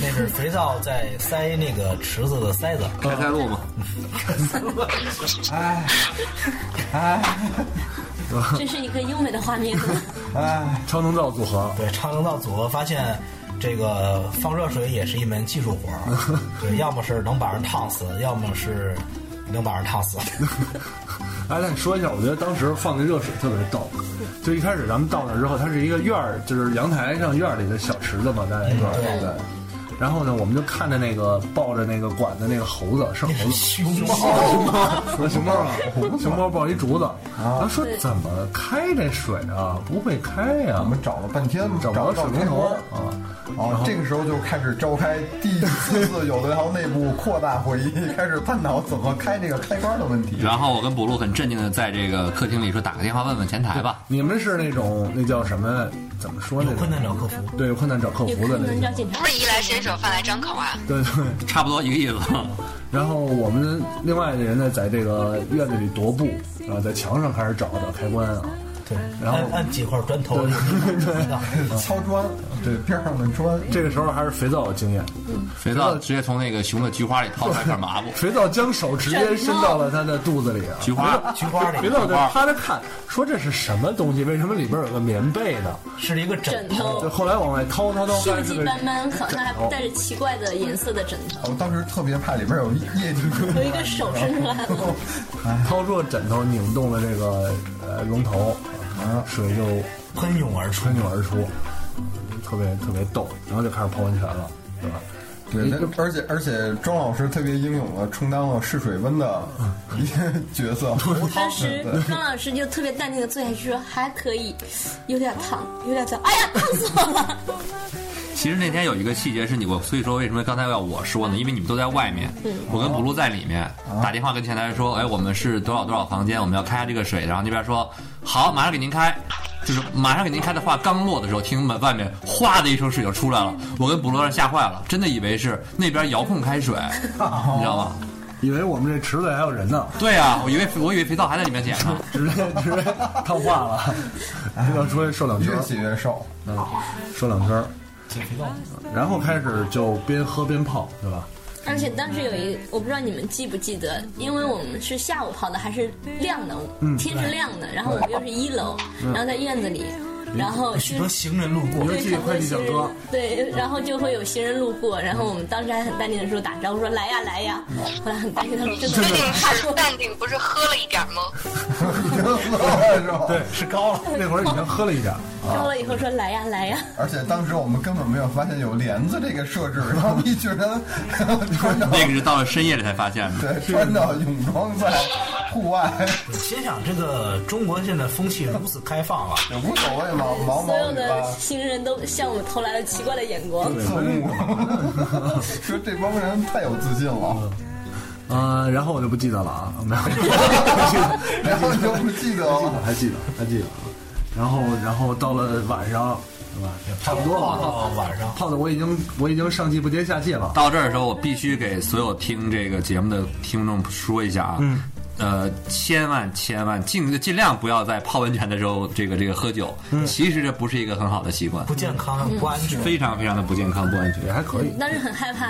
Speaker 4: 那是肥皂在塞那个池子的塞子。
Speaker 9: 开塞露嘛，
Speaker 11: 这是一个优美的画面。
Speaker 8: 超能皂组合，
Speaker 4: 对，超能道组合发现，这个放热水也是一门技术
Speaker 8: *laughs*
Speaker 4: 活儿。对，要么是能把人烫死，要么是能把人烫
Speaker 8: *laughs*
Speaker 4: 死。
Speaker 8: 哎，那你说一下，我觉得当时放那热水特别逗。就一开始咱们到那儿之后，它是一个院儿，就是阳台上院儿里的小池子嘛，大家一块儿
Speaker 4: 对
Speaker 8: 对。然后呢，我们就看着那个抱着那个管的那个猴子，是猴子吗，
Speaker 4: 熊猫，
Speaker 8: 熊猫啊，熊猫抱一竹子，然后说怎么开这水啊？不会开呀、
Speaker 10: 我们找了半天，
Speaker 8: 找
Speaker 10: 找
Speaker 8: 不着
Speaker 10: 不
Speaker 8: 水龙
Speaker 10: 到开
Speaker 8: 头
Speaker 10: 关。
Speaker 8: 啊。
Speaker 10: 啊，这个时候就开始召开第四次有德堂内部扩大会议，开始探讨怎么开这个开关的问题。
Speaker 9: 然后我跟补录很镇静的在这个客厅里说打个电话问问前台吧。
Speaker 8: 你们是那种那叫什么？怎么说那
Speaker 4: 困
Speaker 8: 种？
Speaker 4: 难找客服。
Speaker 8: 对，有困难找客
Speaker 11: 有
Speaker 8: 服
Speaker 11: 可
Speaker 8: 的那
Speaker 11: 能找
Speaker 8: 种。
Speaker 11: 警察
Speaker 12: 不是衣来伸手，饭来张口啊！
Speaker 8: 对对。
Speaker 9: 差不多一个意思。
Speaker 8: 然后我们另外的人呢，在这个院子里踱步，然后在墙上开始找找开关啊。
Speaker 4: 对，哎
Speaker 8: 然后
Speaker 4: 按按几块砖头肥皂。
Speaker 10: 敲砖，对边上的砖，
Speaker 8: 这个时候还是肥皂有经验，
Speaker 9: 肥皂直接从那个熊的菊花里掏出来片麻布，
Speaker 8: 肥皂将手直接伸到了他的肚子里啊。
Speaker 9: 菊花
Speaker 4: 菊花
Speaker 8: 肥
Speaker 4: 里
Speaker 8: 皂在趴着看，说这是什么东西？为什么里边有个棉被呢？
Speaker 4: 是一个枕
Speaker 11: 枕
Speaker 4: 头，
Speaker 8: 就
Speaker 11: 头，
Speaker 8: 后来往外掏掏掏，发
Speaker 11: 锈
Speaker 8: 现是
Speaker 11: 迹
Speaker 8: 个
Speaker 11: 斑斑，好像还带着奇怪的颜色的枕头，
Speaker 10: 我当时特别怕里边有液体。
Speaker 11: 有一个手伸出来了。
Speaker 8: 掏出了枕头，拧动了这个呃龙头，啊，水就
Speaker 4: 喷涌而出
Speaker 8: 喷。涌而出，特别特别逗，然后就开始泡温泉了，对吧？
Speaker 10: 对，那而且而且庄老师特别英勇的充当了试水温的一个角色。
Speaker 9: 嗯 *laughs*
Speaker 11: 当时庄老师就特别淡定的坐下去说：“还可以，有点烫，有点烫。”哎呀，烫死我了！ *laughs*
Speaker 9: 其实那天有一个细节是你我，所以说为什么刚才要我说呢？因为你们都在外面，我跟补录在里面打电话跟前台说，哎，我们是多少多少房间，我们要开这个水，然后那边说好，马上给您开。就是马上给您开的话刚落的时候，听门外面哗的一声水就出来了，我跟补录让吓坏了，真的以为是那边遥控开水，你知道吗？
Speaker 8: 以为我们这池子还有人呢，
Speaker 9: 对啊，我以为我以为肥皂还在里面捡呢。
Speaker 8: 直接直接烫化了，哎要出来瘦两圈
Speaker 10: 越
Speaker 8: 儿，
Speaker 10: 洗
Speaker 9: *laughs*
Speaker 10: 越瘦，
Speaker 8: 嗯，瘦两圈儿，然后开始就边喝边泡，对吧？
Speaker 11: 而且当时有一，我不知道你们记不记得，因为我们是下午泡的，还是亮的，天是亮的，然后我们又是一楼，然后在院子里，然后
Speaker 4: 许
Speaker 11: 就
Speaker 4: 多行人路过
Speaker 8: 尤其
Speaker 11: 对，
Speaker 8: 是
Speaker 11: 很
Speaker 8: 快
Speaker 11: 多
Speaker 8: 递小
Speaker 11: 行人
Speaker 8: 哥，
Speaker 11: 对，然后就会有行人路过，然后我们当时还很淡定的时候打招呼说来呀来呀，后来很担心他们真的
Speaker 12: 确定是淡定，不是喝了一点吗？
Speaker 10: 真喝了是吧？
Speaker 8: 对，是高了， *laughs* 那会儿已经喝了一点儿。
Speaker 11: 招了以后说来呀来呀，
Speaker 10: 而且当时我们根本没有发现有帘子这个设置，然后一群人 *laughs* 穿着
Speaker 9: 那个是到了深夜里才发现的。
Speaker 10: 对穿着泳装在户外，
Speaker 4: 心想这个中国现在风气如此开放啊，
Speaker 10: 也无所谓嘛，毛
Speaker 11: 所
Speaker 10: 毛
Speaker 11: 有
Speaker 10: 雨
Speaker 11: 的
Speaker 10: 吧，
Speaker 11: 行人都向我们投来了奇怪的眼光。
Speaker 10: 侧目， *laughs* 说这帮人太有自信了，
Speaker 8: 呃，然后我就不记得了啊，没有，
Speaker 10: 然后就不记得了。
Speaker 8: 还记得，还记得啊。然后，然后到了晚上，对吧？差不多了。哦
Speaker 4: 到晚上
Speaker 8: 泡的我已经我已经上气不接下气了。
Speaker 9: 到这儿的时候，我必须给所有听这个节目的听众说一下啊，
Speaker 8: 嗯
Speaker 9: 呃，千万千万尽尽量不要在泡温泉的时候这个这个喝酒，
Speaker 8: 嗯
Speaker 9: 其实这不是一个很好的习惯
Speaker 4: 不，健康不安全，
Speaker 9: 非常非常的不健康不安全。
Speaker 8: 也还可以，
Speaker 11: 当时很害怕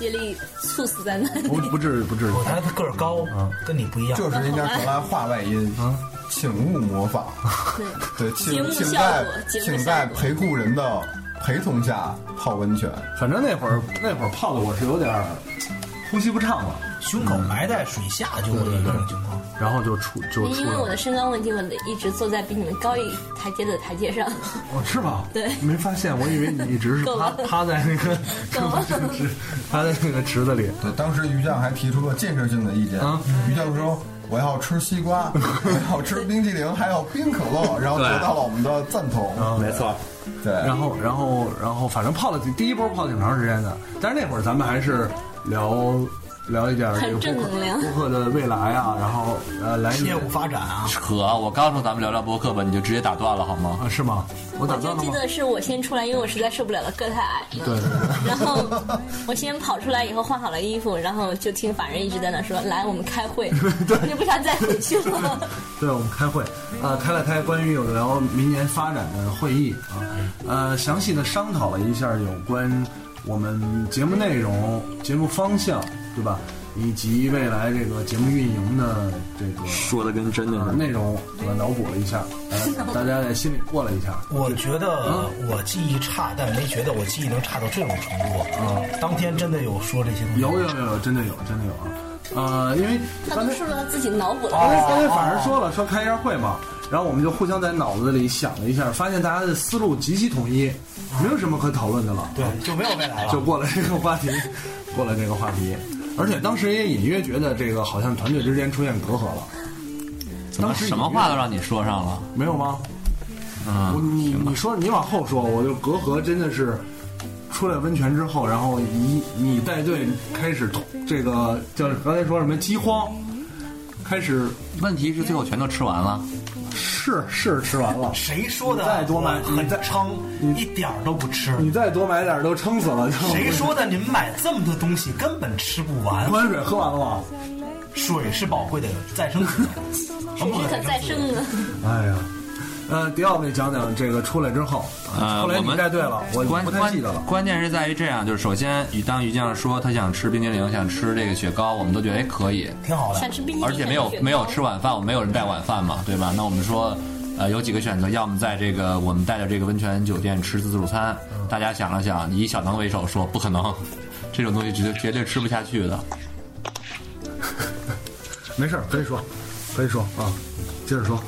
Speaker 11: 接力猝死在那里，
Speaker 8: 嗯不不至于不至于。
Speaker 4: 我他个儿高，
Speaker 8: 嗯
Speaker 4: 跟你不一样，
Speaker 10: 就是应该传来话外音，请勿模仿。 *laughs* 对，
Speaker 11: 节
Speaker 10: 请
Speaker 11: 目
Speaker 10: 请
Speaker 11: 效
Speaker 10: 在
Speaker 11: 果节目
Speaker 10: 请
Speaker 11: 效
Speaker 10: 在
Speaker 11: 果
Speaker 10: 陪护人的陪同下泡温泉。
Speaker 8: 反正那会儿那会儿泡的我是有点儿呼吸不畅了，
Speaker 4: 胸口埋在水下就会有这种情况。
Speaker 8: 然后就出就出
Speaker 11: 因为我
Speaker 8: 来了
Speaker 11: 的。身高问题，我得一直坐在比你们高一台阶的台阶上，
Speaker 8: 哦，是吗？
Speaker 11: 对
Speaker 8: 没发现，我以为你一直是
Speaker 11: 够
Speaker 8: 趴
Speaker 11: 了
Speaker 8: 趴在那个
Speaker 11: 够
Speaker 8: *laughs*
Speaker 11: 了
Speaker 8: 池趴在那个池子里。
Speaker 10: 对，当时于酱还提出了建设性的意见
Speaker 8: 啊。
Speaker 10: 于酱说：“我要吃西瓜，我要吃冰淇淋，还有冰可乐。”然后
Speaker 9: 对
Speaker 10: 得到了我们的赞同。
Speaker 9: 没错，
Speaker 10: 对，
Speaker 8: 啊嗯然后，然后，然后，反正泡了第一波泡挺长时间的，但是那会儿咱们还是聊聊一点这个
Speaker 11: 很正
Speaker 8: 播客
Speaker 11: 能量
Speaker 8: 播客的未来啊，然后呃，来
Speaker 4: 业务发展啊，
Speaker 9: 可我刚说咱们聊聊播客吧，你就直接打断了好吗？
Speaker 8: 啊，是吗？我打
Speaker 11: 我就
Speaker 8: 断了
Speaker 11: 记
Speaker 8: 吗？
Speaker 11: 得是我先出来，因为我实在受不了了，个太矮了。
Speaker 8: 对对对，
Speaker 11: 然后我先跑出来以后换好了衣服，然后就听法人一直在那说：“来，我们开会。”我就不想再回去了。
Speaker 8: 对我们开会，
Speaker 11: 嗯
Speaker 8: 呃，开了开关于有聊明年发展的会议啊，
Speaker 11: 嗯
Speaker 8: 呃，详细的商讨了一下有关我们节目内容、节目方向，对吧？以及未来这个节目运营的这个
Speaker 9: 说的跟真的
Speaker 8: 啊
Speaker 9: 似的。
Speaker 8: 内容，我脑补了一下，
Speaker 11: *laughs*
Speaker 8: 呃大家在心里过了一下。
Speaker 4: 我觉得我记忆差，但没觉得我记忆能差到这种程度啊。当天真的有说这些东西，
Speaker 8: 有有有有，真的有，真的有啊。呃，因为
Speaker 11: 他
Speaker 8: 刚
Speaker 11: 都
Speaker 8: 才
Speaker 11: 说了他自己脑补
Speaker 8: 刚才
Speaker 11: 了，
Speaker 8: 刚才反正说了，说开一下会嘛，然后我们就互相在脑子里想了一下，发现大家的思路极其统一，没有什么可讨论的了，
Speaker 4: 对，就没有未来了。，
Speaker 8: 就过了这个话题，过了这个话题。而且当时也隐约觉得这个好像团队之间出现隔阂了，
Speaker 9: 怎么
Speaker 8: 当时
Speaker 9: 什么话都让你说上了？
Speaker 8: 没有吗？我
Speaker 9: 嗯，
Speaker 8: 你你说你往后说，我就隔阂真的是出来温泉之后，然后你你带队开始这个叫刚才说什么饥荒，开始
Speaker 9: 问题是最后全都吃完了，
Speaker 8: 是是吃完了
Speaker 4: 谁说的？
Speaker 8: 你再多买你
Speaker 4: 很
Speaker 8: 再嗯
Speaker 4: 撑，一点儿都不吃。
Speaker 8: 你再多买点儿都撑死了。就
Speaker 4: 谁说的？你们买这么多东西根本吃不完。
Speaker 8: 温水喝完了吗？
Speaker 4: 水是宝贵的再生资源，
Speaker 11: *laughs*
Speaker 4: 什
Speaker 11: 不
Speaker 4: 么
Speaker 11: 可再生了。
Speaker 8: 哎呀，呃，迪奥给讲讲这个出来之后，
Speaker 9: 呃
Speaker 8: 后来
Speaker 9: 我
Speaker 8: 你
Speaker 9: 们
Speaker 8: 带队了，我
Speaker 9: 关
Speaker 8: 不太
Speaker 9: 关
Speaker 8: 记得了。
Speaker 9: 关键是在于这样，就是首先，与当于酱说他想吃冰激凌，想吃这个雪糕，我们都觉得哎可以，
Speaker 4: 挺好的
Speaker 11: 想。吃冰淇淋，
Speaker 9: 而且没有
Speaker 11: 想雪糕
Speaker 9: 没有吃。晚饭，我们没有人带晚饭嘛，对吧？那我们说，呃，有几个选择，要么在这个我们带着这个温泉酒店吃自助餐，大家想了想，以小能为首说不可能，这种东西绝对绝对吃不下去的。
Speaker 8: 没事儿，可以说，可以说啊，接着说。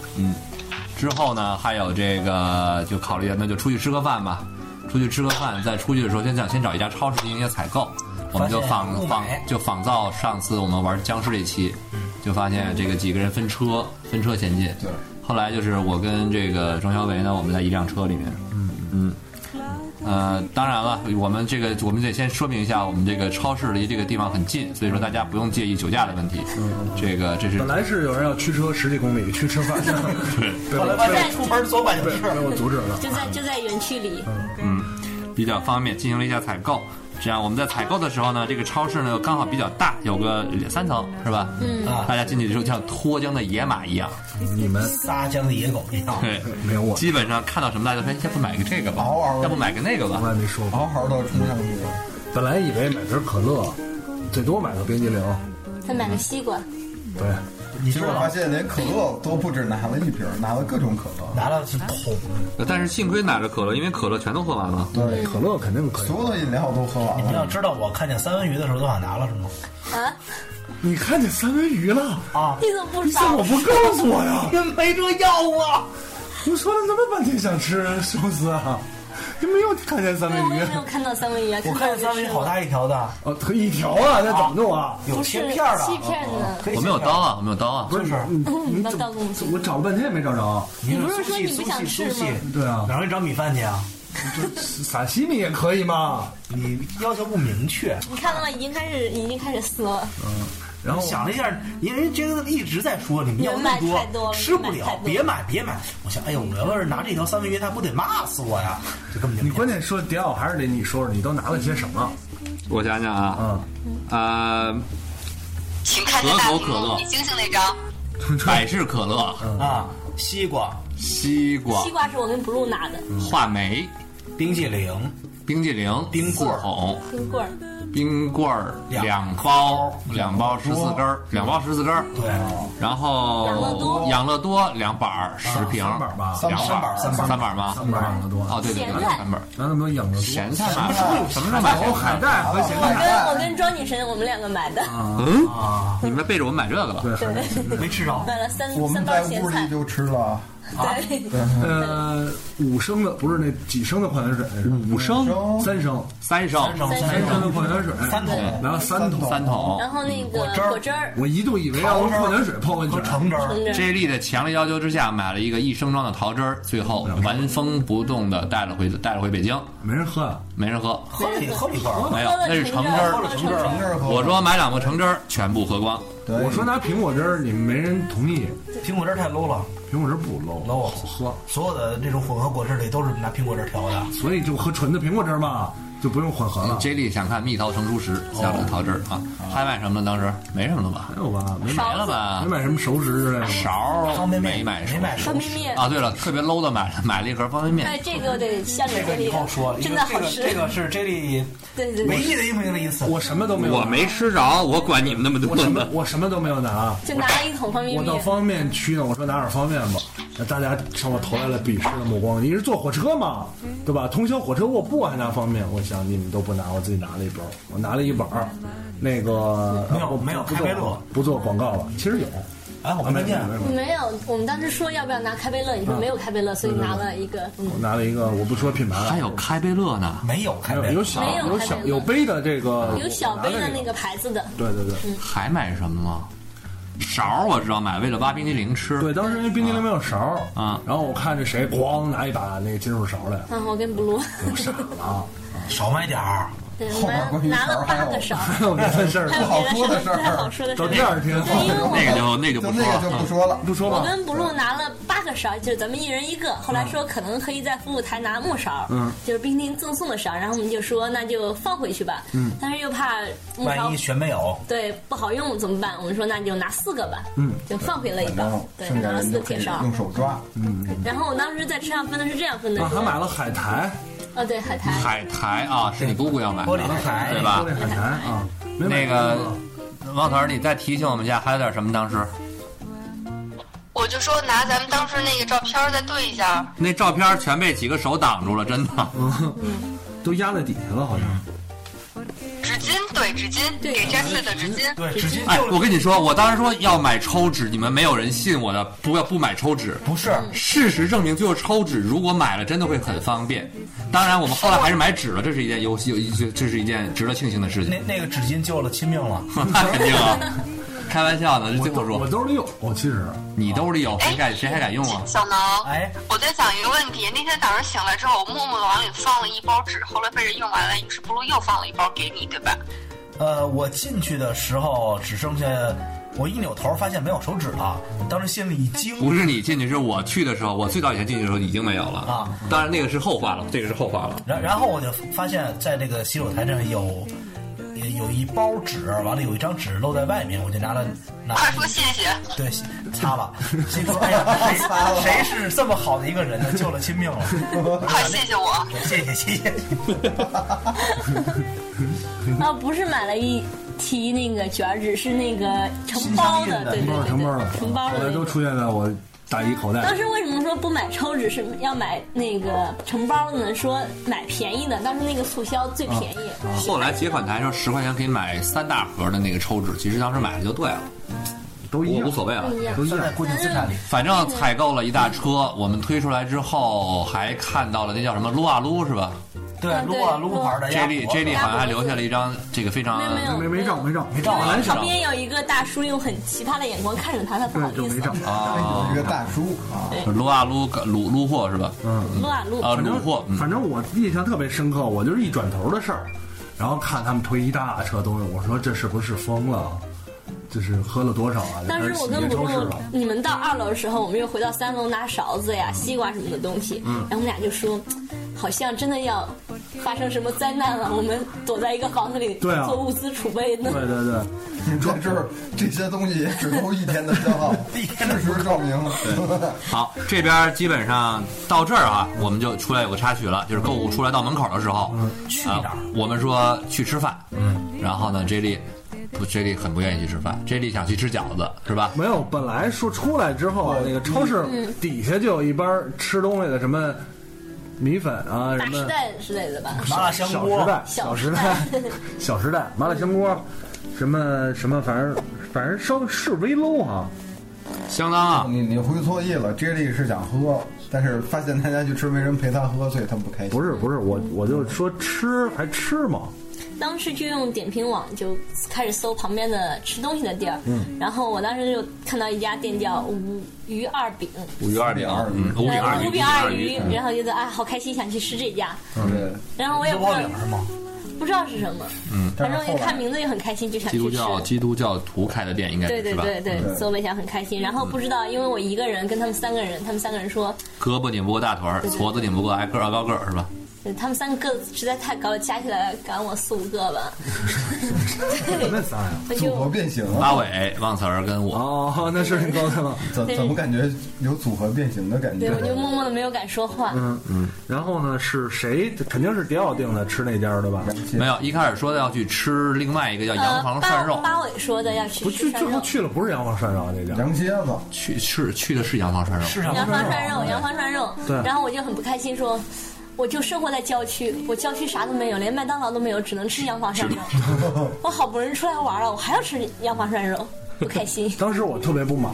Speaker 9: 之后呢，还有这个就考虑那就出去吃个饭吧，出去吃个饭，再出去的时候先想先找一家超市进行一些采购，我们就仿
Speaker 4: 发现不
Speaker 9: 仿
Speaker 4: 买
Speaker 9: 就仿造上次我们玩僵尸这期，就发现这个几个人分车分车前进，
Speaker 10: 对
Speaker 9: 后来就是我跟这个庄小伟呢，我们在一辆车里面，嗯嗯。呃，当然了，我们这个我们得先说明一下，我们这个超市离这个地方很近，所以说大家不用介意酒驾的问题。这个这是
Speaker 8: 本来是有人要驱车十几公里去吃饭， *laughs* 对，
Speaker 4: 后来发现出门左拐就
Speaker 8: 被
Speaker 4: 是
Speaker 8: 被我阻止了。
Speaker 11: 就在就在园区里，
Speaker 9: 比较方便，进行了一下采购。这样我们在采购的时候呢，这个超市呢刚好比较大，有个三层是吧？嗯
Speaker 4: 啊
Speaker 9: 大家进去的时候像脱缰的野马一样，
Speaker 8: 你们
Speaker 4: 撒缰的野狗一样。
Speaker 9: 对，
Speaker 8: 没有我，
Speaker 9: 基本上看到什么大家都说，哎要不买个这个吧
Speaker 10: 嗷嗷，的
Speaker 9: 要不买个那个吧
Speaker 8: 从。来没说过。
Speaker 10: 嗷嗷的冲上去，
Speaker 8: 本来以为买瓶可乐，最多买个冰激凌，
Speaker 11: 他买了西瓜，
Speaker 8: 对，
Speaker 4: 你
Speaker 10: 其实
Speaker 4: 知道
Speaker 10: 我
Speaker 4: 吗
Speaker 10: 发现连可乐都不止拿了一瓶，拿了各种可乐，
Speaker 4: 拿了是桶，
Speaker 9: 但是幸亏拿着可乐，因为可乐全都喝完了。
Speaker 10: 对，
Speaker 8: 可乐肯定可以。
Speaker 10: 所有的饮料都喝完
Speaker 4: 你们要
Speaker 10: 了。
Speaker 4: 知道我看见三文鱼的时候都想拿了是吗？
Speaker 8: 你看见三文鱼了？
Speaker 4: 啊，
Speaker 11: 啊你怎么不知
Speaker 8: 你怎
Speaker 11: 道
Speaker 8: 么？不告诉我呀？
Speaker 4: 因为没这药啊！
Speaker 8: 我说了这么半天想吃寿司啊，你没有看见三
Speaker 11: 对，
Speaker 8: 文
Speaker 11: 我
Speaker 8: 鱼
Speaker 11: 也没有看到三文鱼啊，
Speaker 4: 我看见三文鱼好大一条的，
Speaker 8: 哦，它一条啊，那怎么弄啊？
Speaker 4: 有
Speaker 11: 不
Speaker 4: 切
Speaker 11: 是
Speaker 4: 片儿的，
Speaker 11: 切片儿的嗯
Speaker 4: 可以
Speaker 9: 我没有
Speaker 4: 切
Speaker 9: 刀
Speaker 4: 片儿
Speaker 9: 啊，我没有刀啊。
Speaker 8: 不是
Speaker 4: 就是
Speaker 8: 你你
Speaker 11: 那
Speaker 8: 怎
Speaker 11: 倒供
Speaker 8: 么我找了半天也没找着。
Speaker 4: 你
Speaker 11: 你不是
Speaker 4: 苏
Speaker 11: 说
Speaker 4: 西
Speaker 11: 你不想
Speaker 4: 苏西
Speaker 11: 吃
Speaker 4: 苏西
Speaker 11: 吗
Speaker 8: 对啊
Speaker 4: 哪，儿给你找米饭去啊？
Speaker 8: 这撒西米也可以嘛。
Speaker 4: 你要求不明确。
Speaker 11: 你看到吗？已经开始，已经开始撕了。
Speaker 8: 然后
Speaker 4: 想了一下，因为这个一直在说你们要那么
Speaker 11: 人买太多了
Speaker 4: 吃不了
Speaker 11: 人买太，多
Speaker 4: 别买别买。我想，哎呦，我要是拿这条三文鱼，他不得骂死我呀？这根本就
Speaker 8: 你关键说迪奥还是得你说说，你都拿了些什么？
Speaker 9: 我想想啊，
Speaker 8: 啊，
Speaker 9: 呃，
Speaker 12: 请看这大
Speaker 9: 可口
Speaker 12: 屏
Speaker 9: 可乐
Speaker 12: 幕，你星星那张，
Speaker 8: *laughs*
Speaker 9: 百事可乐、
Speaker 4: 啊，西瓜、
Speaker 9: 西瓜
Speaker 11: 西、瓜是我跟 blue 拿的，
Speaker 9: 话梅、
Speaker 4: 冰激凌、
Speaker 9: 冰激凌、
Speaker 4: 冰棍儿
Speaker 9: 四筒、
Speaker 11: 冰棍儿，
Speaker 9: 冰棍儿
Speaker 4: 两
Speaker 9: 两包，两包十四根儿，两包十四根儿。
Speaker 4: 对，
Speaker 11: 哦
Speaker 9: 然后
Speaker 11: 养乐多
Speaker 9: 养乐多两板儿十瓶，
Speaker 8: 三板儿吧
Speaker 9: 两
Speaker 4: 三板儿
Speaker 9: 三
Speaker 4: 三
Speaker 9: 三
Speaker 4: 板儿
Speaker 9: 板儿吗？
Speaker 8: 三百养乐多，
Speaker 9: 哦，对对对，
Speaker 11: 咸菜
Speaker 9: 三板儿。
Speaker 8: 拿那么多养乐多，
Speaker 9: 咸菜买了，什么时候买
Speaker 8: 有海
Speaker 9: 咸菜？
Speaker 8: 带和咸
Speaker 11: 我
Speaker 8: 菜。
Speaker 11: 跟我跟庄女神我们两个买的，
Speaker 9: 你们背着我买这个了？
Speaker 8: 对，海带。
Speaker 4: 没吃着。
Speaker 11: 买了三
Speaker 10: 我
Speaker 11: 三
Speaker 10: 们
Speaker 11: 包
Speaker 10: 在
Speaker 11: 咸
Speaker 10: 屋
Speaker 11: 菜
Speaker 10: 里。就吃了，
Speaker 11: 对，
Speaker 8: 呃，五升的不是那几升的矿泉水，是吧
Speaker 9: 五升、
Speaker 8: 三升，
Speaker 9: 三升、
Speaker 4: 三
Speaker 8: 三
Speaker 4: 升
Speaker 8: 升的
Speaker 4: 升
Speaker 8: 矿泉水，
Speaker 4: 三桶
Speaker 8: 然后三桶。
Speaker 9: 三桶。
Speaker 11: *laughs* 然后那
Speaker 4: 果
Speaker 11: 个
Speaker 4: 汁儿
Speaker 11: 果汁儿，
Speaker 8: 我一度以为要用矿泉水泡温
Speaker 4: 和
Speaker 8: 泉，
Speaker 4: 橙汁儿，
Speaker 11: 橙汁儿
Speaker 9: J 莉的强烈要求之下，买了一个一升装的桃汁儿，最后纹风不动的带了回带了回北京，
Speaker 8: 没人喝啊。
Speaker 9: 没人喝。
Speaker 4: 喝了一喝了一罐儿，
Speaker 9: 没有
Speaker 11: 喝，了
Speaker 9: 哎那是橙
Speaker 11: 橙
Speaker 9: 汁
Speaker 11: 儿，
Speaker 9: 儿。
Speaker 11: 橙汁儿，
Speaker 10: 橙汁儿喝。
Speaker 9: 我说买两个橙汁儿，全部喝光。
Speaker 10: 对，
Speaker 8: 我说拿苹果汁儿，你们没人同意。
Speaker 4: 苹果汁儿太 low 了。
Speaker 8: 苹果汁儿不 low，
Speaker 4: low
Speaker 8: 好喝，
Speaker 4: 所有的这种混合果汁里都是拿苹果汁调的。
Speaker 8: 所以就喝纯的苹果汁儿嘛，就不用混合了。
Speaker 9: J 莉想看蜜桃成熟时，想了桃汁儿啊。还买什么呢？当时没什么了吧？
Speaker 8: 没有吧？哎没
Speaker 9: 没
Speaker 8: 买，
Speaker 9: 了吧
Speaker 8: 没？买什么熟食之类的吗。
Speaker 9: 勺儿
Speaker 4: 方便面
Speaker 9: 没买
Speaker 4: 没
Speaker 9: 熟
Speaker 4: 买
Speaker 11: 方
Speaker 4: 熟
Speaker 11: 便面。
Speaker 9: 啊。对了，特别 low 的买了 *laughs* 买了一盒方便
Speaker 11: 哎
Speaker 9: 面，，
Speaker 11: 这个得向你
Speaker 4: 这个
Speaker 11: 这
Speaker 4: 以
Speaker 11: 里
Speaker 4: 后说，
Speaker 11: 真的好吃。
Speaker 4: 这个这个是 J 莉
Speaker 11: 对对
Speaker 4: 唯
Speaker 11: 对，
Speaker 4: 一的应用的一次。
Speaker 8: 我什么都没有，
Speaker 9: 我没吃着，我管你们那么多
Speaker 8: 我什么
Speaker 9: 呢。
Speaker 8: 我什么都没有拿。啊
Speaker 11: 就拿了一桶方便
Speaker 8: 我到
Speaker 11: 面。
Speaker 8: 方便面区呢，我说拿点方便吧，那大家向我投来了鄙视的目光。你是坐火车嘛，
Speaker 11: 嗯
Speaker 8: 对吧？通宵火车卧铺还拿方便面，我想你们都不拿，我自己拿了一包，我拿了一碗儿。那个
Speaker 4: 没有
Speaker 8: 我不
Speaker 4: 没有
Speaker 8: 不
Speaker 4: 开
Speaker 8: 做
Speaker 4: 杯乐
Speaker 8: 不做广告了，其实有，
Speaker 4: 哎，我没见，
Speaker 8: 没有
Speaker 11: 没有，我们当时说要不要拿开杯乐，你说没有开杯乐，所以拿了一个。嗯
Speaker 8: 我，拿了一个，我不说品牌了，
Speaker 9: 还有开贝乐呢，
Speaker 4: 没有开
Speaker 8: 还有
Speaker 4: 杯
Speaker 8: 有小
Speaker 11: 没有
Speaker 8: 小
Speaker 11: 还没有
Speaker 8: 有杯的这个，
Speaker 11: 有小杯的那个
Speaker 8: 个，
Speaker 11: 嗯牌子的，
Speaker 8: 对对对。
Speaker 9: 还买什么了？勺儿我知道买，为了挖冰激凌吃。
Speaker 8: 对，当时因为冰激凌没有勺儿
Speaker 9: 啊
Speaker 8: 然后我看这谁咣拿一把那个金属勺来， *laughs*
Speaker 11: 嗯，我跟 blue，
Speaker 8: 我傻了，
Speaker 4: 少买点儿。
Speaker 11: 对，我
Speaker 10: 后面关
Speaker 11: 们
Speaker 10: 于
Speaker 11: 拿了
Speaker 10: 勺还
Speaker 11: 八
Speaker 10: 有
Speaker 11: 个勺，
Speaker 8: 还有别
Speaker 11: *laughs*
Speaker 8: 的事儿
Speaker 11: 还有
Speaker 10: 好
Speaker 11: 别
Speaker 10: *laughs* 说的
Speaker 11: 的
Speaker 10: 事
Speaker 11: 事
Speaker 10: 儿
Speaker 11: 儿，太好说的事
Speaker 8: 到
Speaker 11: 儿。
Speaker 8: 第二天
Speaker 11: 对，因为我
Speaker 9: 那个
Speaker 11: 们
Speaker 9: 就那个不说
Speaker 10: 就那个就不
Speaker 9: 了。
Speaker 10: 说了。
Speaker 8: 不说
Speaker 11: 我
Speaker 8: 吧，
Speaker 11: 跟 blue 拿了八个勺，就是咱们一人一
Speaker 10: 嗯
Speaker 11: 个。后来说可能可以在服务台拿木勺，
Speaker 8: 嗯，
Speaker 11: 就是冰淇淋赠送的勺，然后我们就说那就放回去吧，嗯，但是又怕木勺
Speaker 4: 万一全没有，
Speaker 11: 对不好用怎么办？我们说那就拿四个吧，嗯，就放回了一
Speaker 10: 然
Speaker 11: 个
Speaker 10: 后，
Speaker 11: 对，
Speaker 10: 剩下
Speaker 11: 拿了
Speaker 10: 人
Speaker 11: 四
Speaker 10: 就
Speaker 11: 个
Speaker 10: 可
Speaker 11: 铁
Speaker 10: 以
Speaker 11: 勺。
Speaker 10: 用手抓，
Speaker 11: 然后我当时在车上分的是这样分的
Speaker 8: 啊，，还
Speaker 11: 说
Speaker 8: 买嗯了海苔，
Speaker 11: 哦对海苔，
Speaker 9: 嗯海苔啊，是你姑姑要买
Speaker 4: 玻璃的
Speaker 9: 的，
Speaker 4: 海
Speaker 9: 哎对
Speaker 8: 哎说
Speaker 9: 吧嗯
Speaker 8: 那？海苔啊，没买
Speaker 9: 那个王团，你再提醒我们一下，还有点什么？当时
Speaker 12: 我就说拿咱们当时那个照片儿再对一下，
Speaker 9: 那照片全被几个手挡住了，真的。
Speaker 8: 都压在底下了，好像
Speaker 12: 纸巾对纸巾，
Speaker 11: 对
Speaker 12: 给 j e 的纸巾。
Speaker 4: 对，纸巾
Speaker 9: 哎，
Speaker 4: 就
Speaker 9: 我跟你说，我当时说要买抽纸，你们没有人信我的，不要不买抽纸。
Speaker 4: 不是
Speaker 11: 嗯
Speaker 9: 事实证明，最后抽纸如果买了，真的会很方便。当然，我们后来还是买纸了，这是一件有有这这是一件值得庆幸的事
Speaker 4: 那
Speaker 9: 情。 *laughs*
Speaker 4: 那个纸巾救了亲命了。
Speaker 9: 那肯定啊，开玩笑呢，这最后
Speaker 8: 我
Speaker 9: 说，
Speaker 8: 兜里有，其实
Speaker 9: 你兜里有谁敢谁还敢用啊？
Speaker 12: 小能，
Speaker 4: 哎，
Speaker 12: 我在想一个问题。那天早上醒来之后，我默默的往里放了一包纸，后来被人用完了，于是不如又放了一包给你，对吧？
Speaker 4: 呃，我进去的时候只剩下我一扭头，发现没有手指了，当时心里一惊。
Speaker 9: 不是你进去，是我去的时候，我最早以前进去的时候已经没有了
Speaker 4: 啊。
Speaker 9: 当然，那个是后话了，这个是后话了。
Speaker 4: 然然后我就发现，在这个洗手台这有有一包纸，完了有一张纸露在外面，我就拿了拿
Speaker 11: 哎
Speaker 12: 快说谢谢。
Speaker 4: 对 *laughs* 洗擦了，心说哎呀，谁谁是这么好的一个人呢，救了亲命了，
Speaker 12: 快谢谢我！
Speaker 4: 谢谢谢谢。
Speaker 11: 啊不是买了一提那个卷儿，只是那个成包的，对对
Speaker 8: 成
Speaker 11: 对，
Speaker 8: 包成包的，
Speaker 11: 对成包
Speaker 8: 后
Speaker 11: 的
Speaker 8: 来
Speaker 11: 那
Speaker 8: 都
Speaker 11: 种。
Speaker 8: 出现在我大衣口袋
Speaker 11: 当
Speaker 8: 里。
Speaker 11: 时为什么说不买抽纸是要买那个成包的呢？说买便宜的，当时那个促销最便宜。
Speaker 9: 后来结款台上十块钱可以买三大盒的那个抽纸，其实当时买了就对了，
Speaker 8: 都一
Speaker 9: 我
Speaker 8: 样
Speaker 9: 无所谓了
Speaker 11: 不。一样
Speaker 8: 都一
Speaker 4: 都
Speaker 8: 样
Speaker 4: 在。固定资产里。
Speaker 9: 反正采购了一大车，我们推出来之后还看到了那叫什么撸啊撸是吧
Speaker 4: 对
Speaker 11: 嗯，
Speaker 4: 撸啊
Speaker 11: 对
Speaker 4: 撸牌的鸭
Speaker 9: ？J
Speaker 4: 脖
Speaker 9: D J D 好像还留下了一张这个非常
Speaker 11: 没有没有
Speaker 8: 啊没没照没照
Speaker 4: 没照
Speaker 9: 啊
Speaker 11: 因为旁边有一个大叔用很奇葩的眼光看着他，他不好
Speaker 8: 对，就
Speaker 11: 意
Speaker 8: 没
Speaker 11: 思。
Speaker 8: 照。
Speaker 9: 啊
Speaker 10: 一哎个大叔啊，
Speaker 9: 撸啊撸撸撸货是吧？
Speaker 8: 嗯，
Speaker 11: 撸啊撸，
Speaker 9: 啊，
Speaker 8: 反
Speaker 9: 撸
Speaker 8: 正
Speaker 9: 货，嗯
Speaker 8: 反正我印象特别深刻，我就是一转头的事儿，然后看他们推一大车东西，我说这是不是疯了？这是喝了多少啊？
Speaker 11: 当时我跟
Speaker 8: 这
Speaker 11: 不
Speaker 8: 超市
Speaker 11: 露
Speaker 8: 了。，
Speaker 11: 你们到二楼的时候，我们又回到三楼拿勺子呀、西瓜什么的东西，
Speaker 8: 嗯
Speaker 11: 然后我们俩就说，好像真的要发生什么灾难了，我们躲在一个房子里
Speaker 8: 对啊
Speaker 11: 做物资储备呢
Speaker 8: 对。对对，
Speaker 10: *laughs* 你这就是这些东西也只够一天的消耗，事实证明了。
Speaker 9: 好，这边基本上到这儿啊，我们就出来有个插曲了，就是购物出来到门口的时候，
Speaker 11: 嗯
Speaker 4: 去
Speaker 9: 啊
Speaker 4: 哪儿？，
Speaker 9: 我们说去吃饭，嗯，然后呢，J 莉不，J 莉很不愿意去吃饭，J 莉想去吃饺子，是吧？
Speaker 8: 没有，本来说出来之后啊，那个超市
Speaker 11: 嗯
Speaker 8: 底下就有一班吃东西的，什么米粉啊，
Speaker 11: 大
Speaker 8: 什
Speaker 11: 时
Speaker 8: 么
Speaker 11: 代之类的吧，
Speaker 4: 麻辣香
Speaker 8: 小
Speaker 4: 锅
Speaker 8: 时代、
Speaker 11: 小
Speaker 8: 时
Speaker 11: 时
Speaker 8: 代
Speaker 11: 代、
Speaker 8: 小时代、麻辣香锅，什么什么，反正反正稍是微 low 啊，
Speaker 9: 相当啊，
Speaker 10: *laughs* 你你会错意了，j 莉是想喝，但是发现大家去吃没人陪他喝，所以他不开心。
Speaker 8: 不是不是，我我就说吃还吃吗？
Speaker 11: 当时就用点评网就开始搜旁边的吃东西的地儿，
Speaker 9: 嗯
Speaker 11: 然后我当时就看到一家店叫五鱼二饼，
Speaker 9: 五鱼二饼，嗯，五饼二
Speaker 11: 呃
Speaker 9: 鱼，嗯
Speaker 11: 五饼二鱼，然后觉得啊好开心，想去吃这家，
Speaker 10: 对，
Speaker 11: 然嗯后我也
Speaker 4: 是
Speaker 11: 不
Speaker 4: 烙
Speaker 11: 知道
Speaker 4: 饼是吗？
Speaker 11: 不知道是什么，反
Speaker 10: 但是
Speaker 11: 正
Speaker 10: 后
Speaker 11: 一看
Speaker 10: 来
Speaker 11: 名字就很开心，就想
Speaker 9: 嗯基
Speaker 11: 去
Speaker 9: 督
Speaker 11: 吃。
Speaker 9: 教基督教徒开的店应该
Speaker 11: 对
Speaker 9: 是
Speaker 11: 对
Speaker 9: 吧？嗯
Speaker 11: 对对，搜了一下很开心。然后不知道，因为我一个人跟他们三个人，他们三个人说，
Speaker 9: 胳膊拧不过大腿儿，矬子拧不过矮个儿高个儿是吧？
Speaker 11: 呃他们三个个子实在太高了，加起来赶我四五个
Speaker 9: *laughs*
Speaker 11: 吧。
Speaker 8: 什么仨呀？
Speaker 11: 我
Speaker 10: 组合
Speaker 11: 就
Speaker 10: 变形了，
Speaker 9: 八尾、忘词儿跟
Speaker 11: 啊
Speaker 9: 我，
Speaker 8: 哦，那是你高兴了。
Speaker 10: 怎怎么感觉有组合变形的感
Speaker 11: 对
Speaker 10: 觉？
Speaker 11: 我就默默的没有敢说话。
Speaker 8: 嗯嗯， *laughs* 然后呢是谁？肯定是迪奥定的吃那家的吧？
Speaker 9: 没有，一开始说的要去吃另外一个叫
Speaker 11: 呃
Speaker 9: 洋，房
Speaker 11: 八
Speaker 9: 涮肉，
Speaker 11: 八尾说的要去
Speaker 8: 不
Speaker 11: 吃
Speaker 8: 去，
Speaker 11: 涮
Speaker 8: 最后
Speaker 11: 肉，
Speaker 8: 去了不是阳光涮肉那家，
Speaker 10: 羊蝎子，
Speaker 9: 去是去的是洋房涮肉，
Speaker 4: 是啊，
Speaker 11: 羊房涮肉，羊房涮肉。
Speaker 8: 对
Speaker 11: 然后我就很不开心说。我就生活在郊区，我郊区啥都没有，连麦当劳都没有，只能吃羊房涮肉。我好不容易出来玩了，我还要吃羊房涮肉，不开心。
Speaker 8: 当时我特别不满，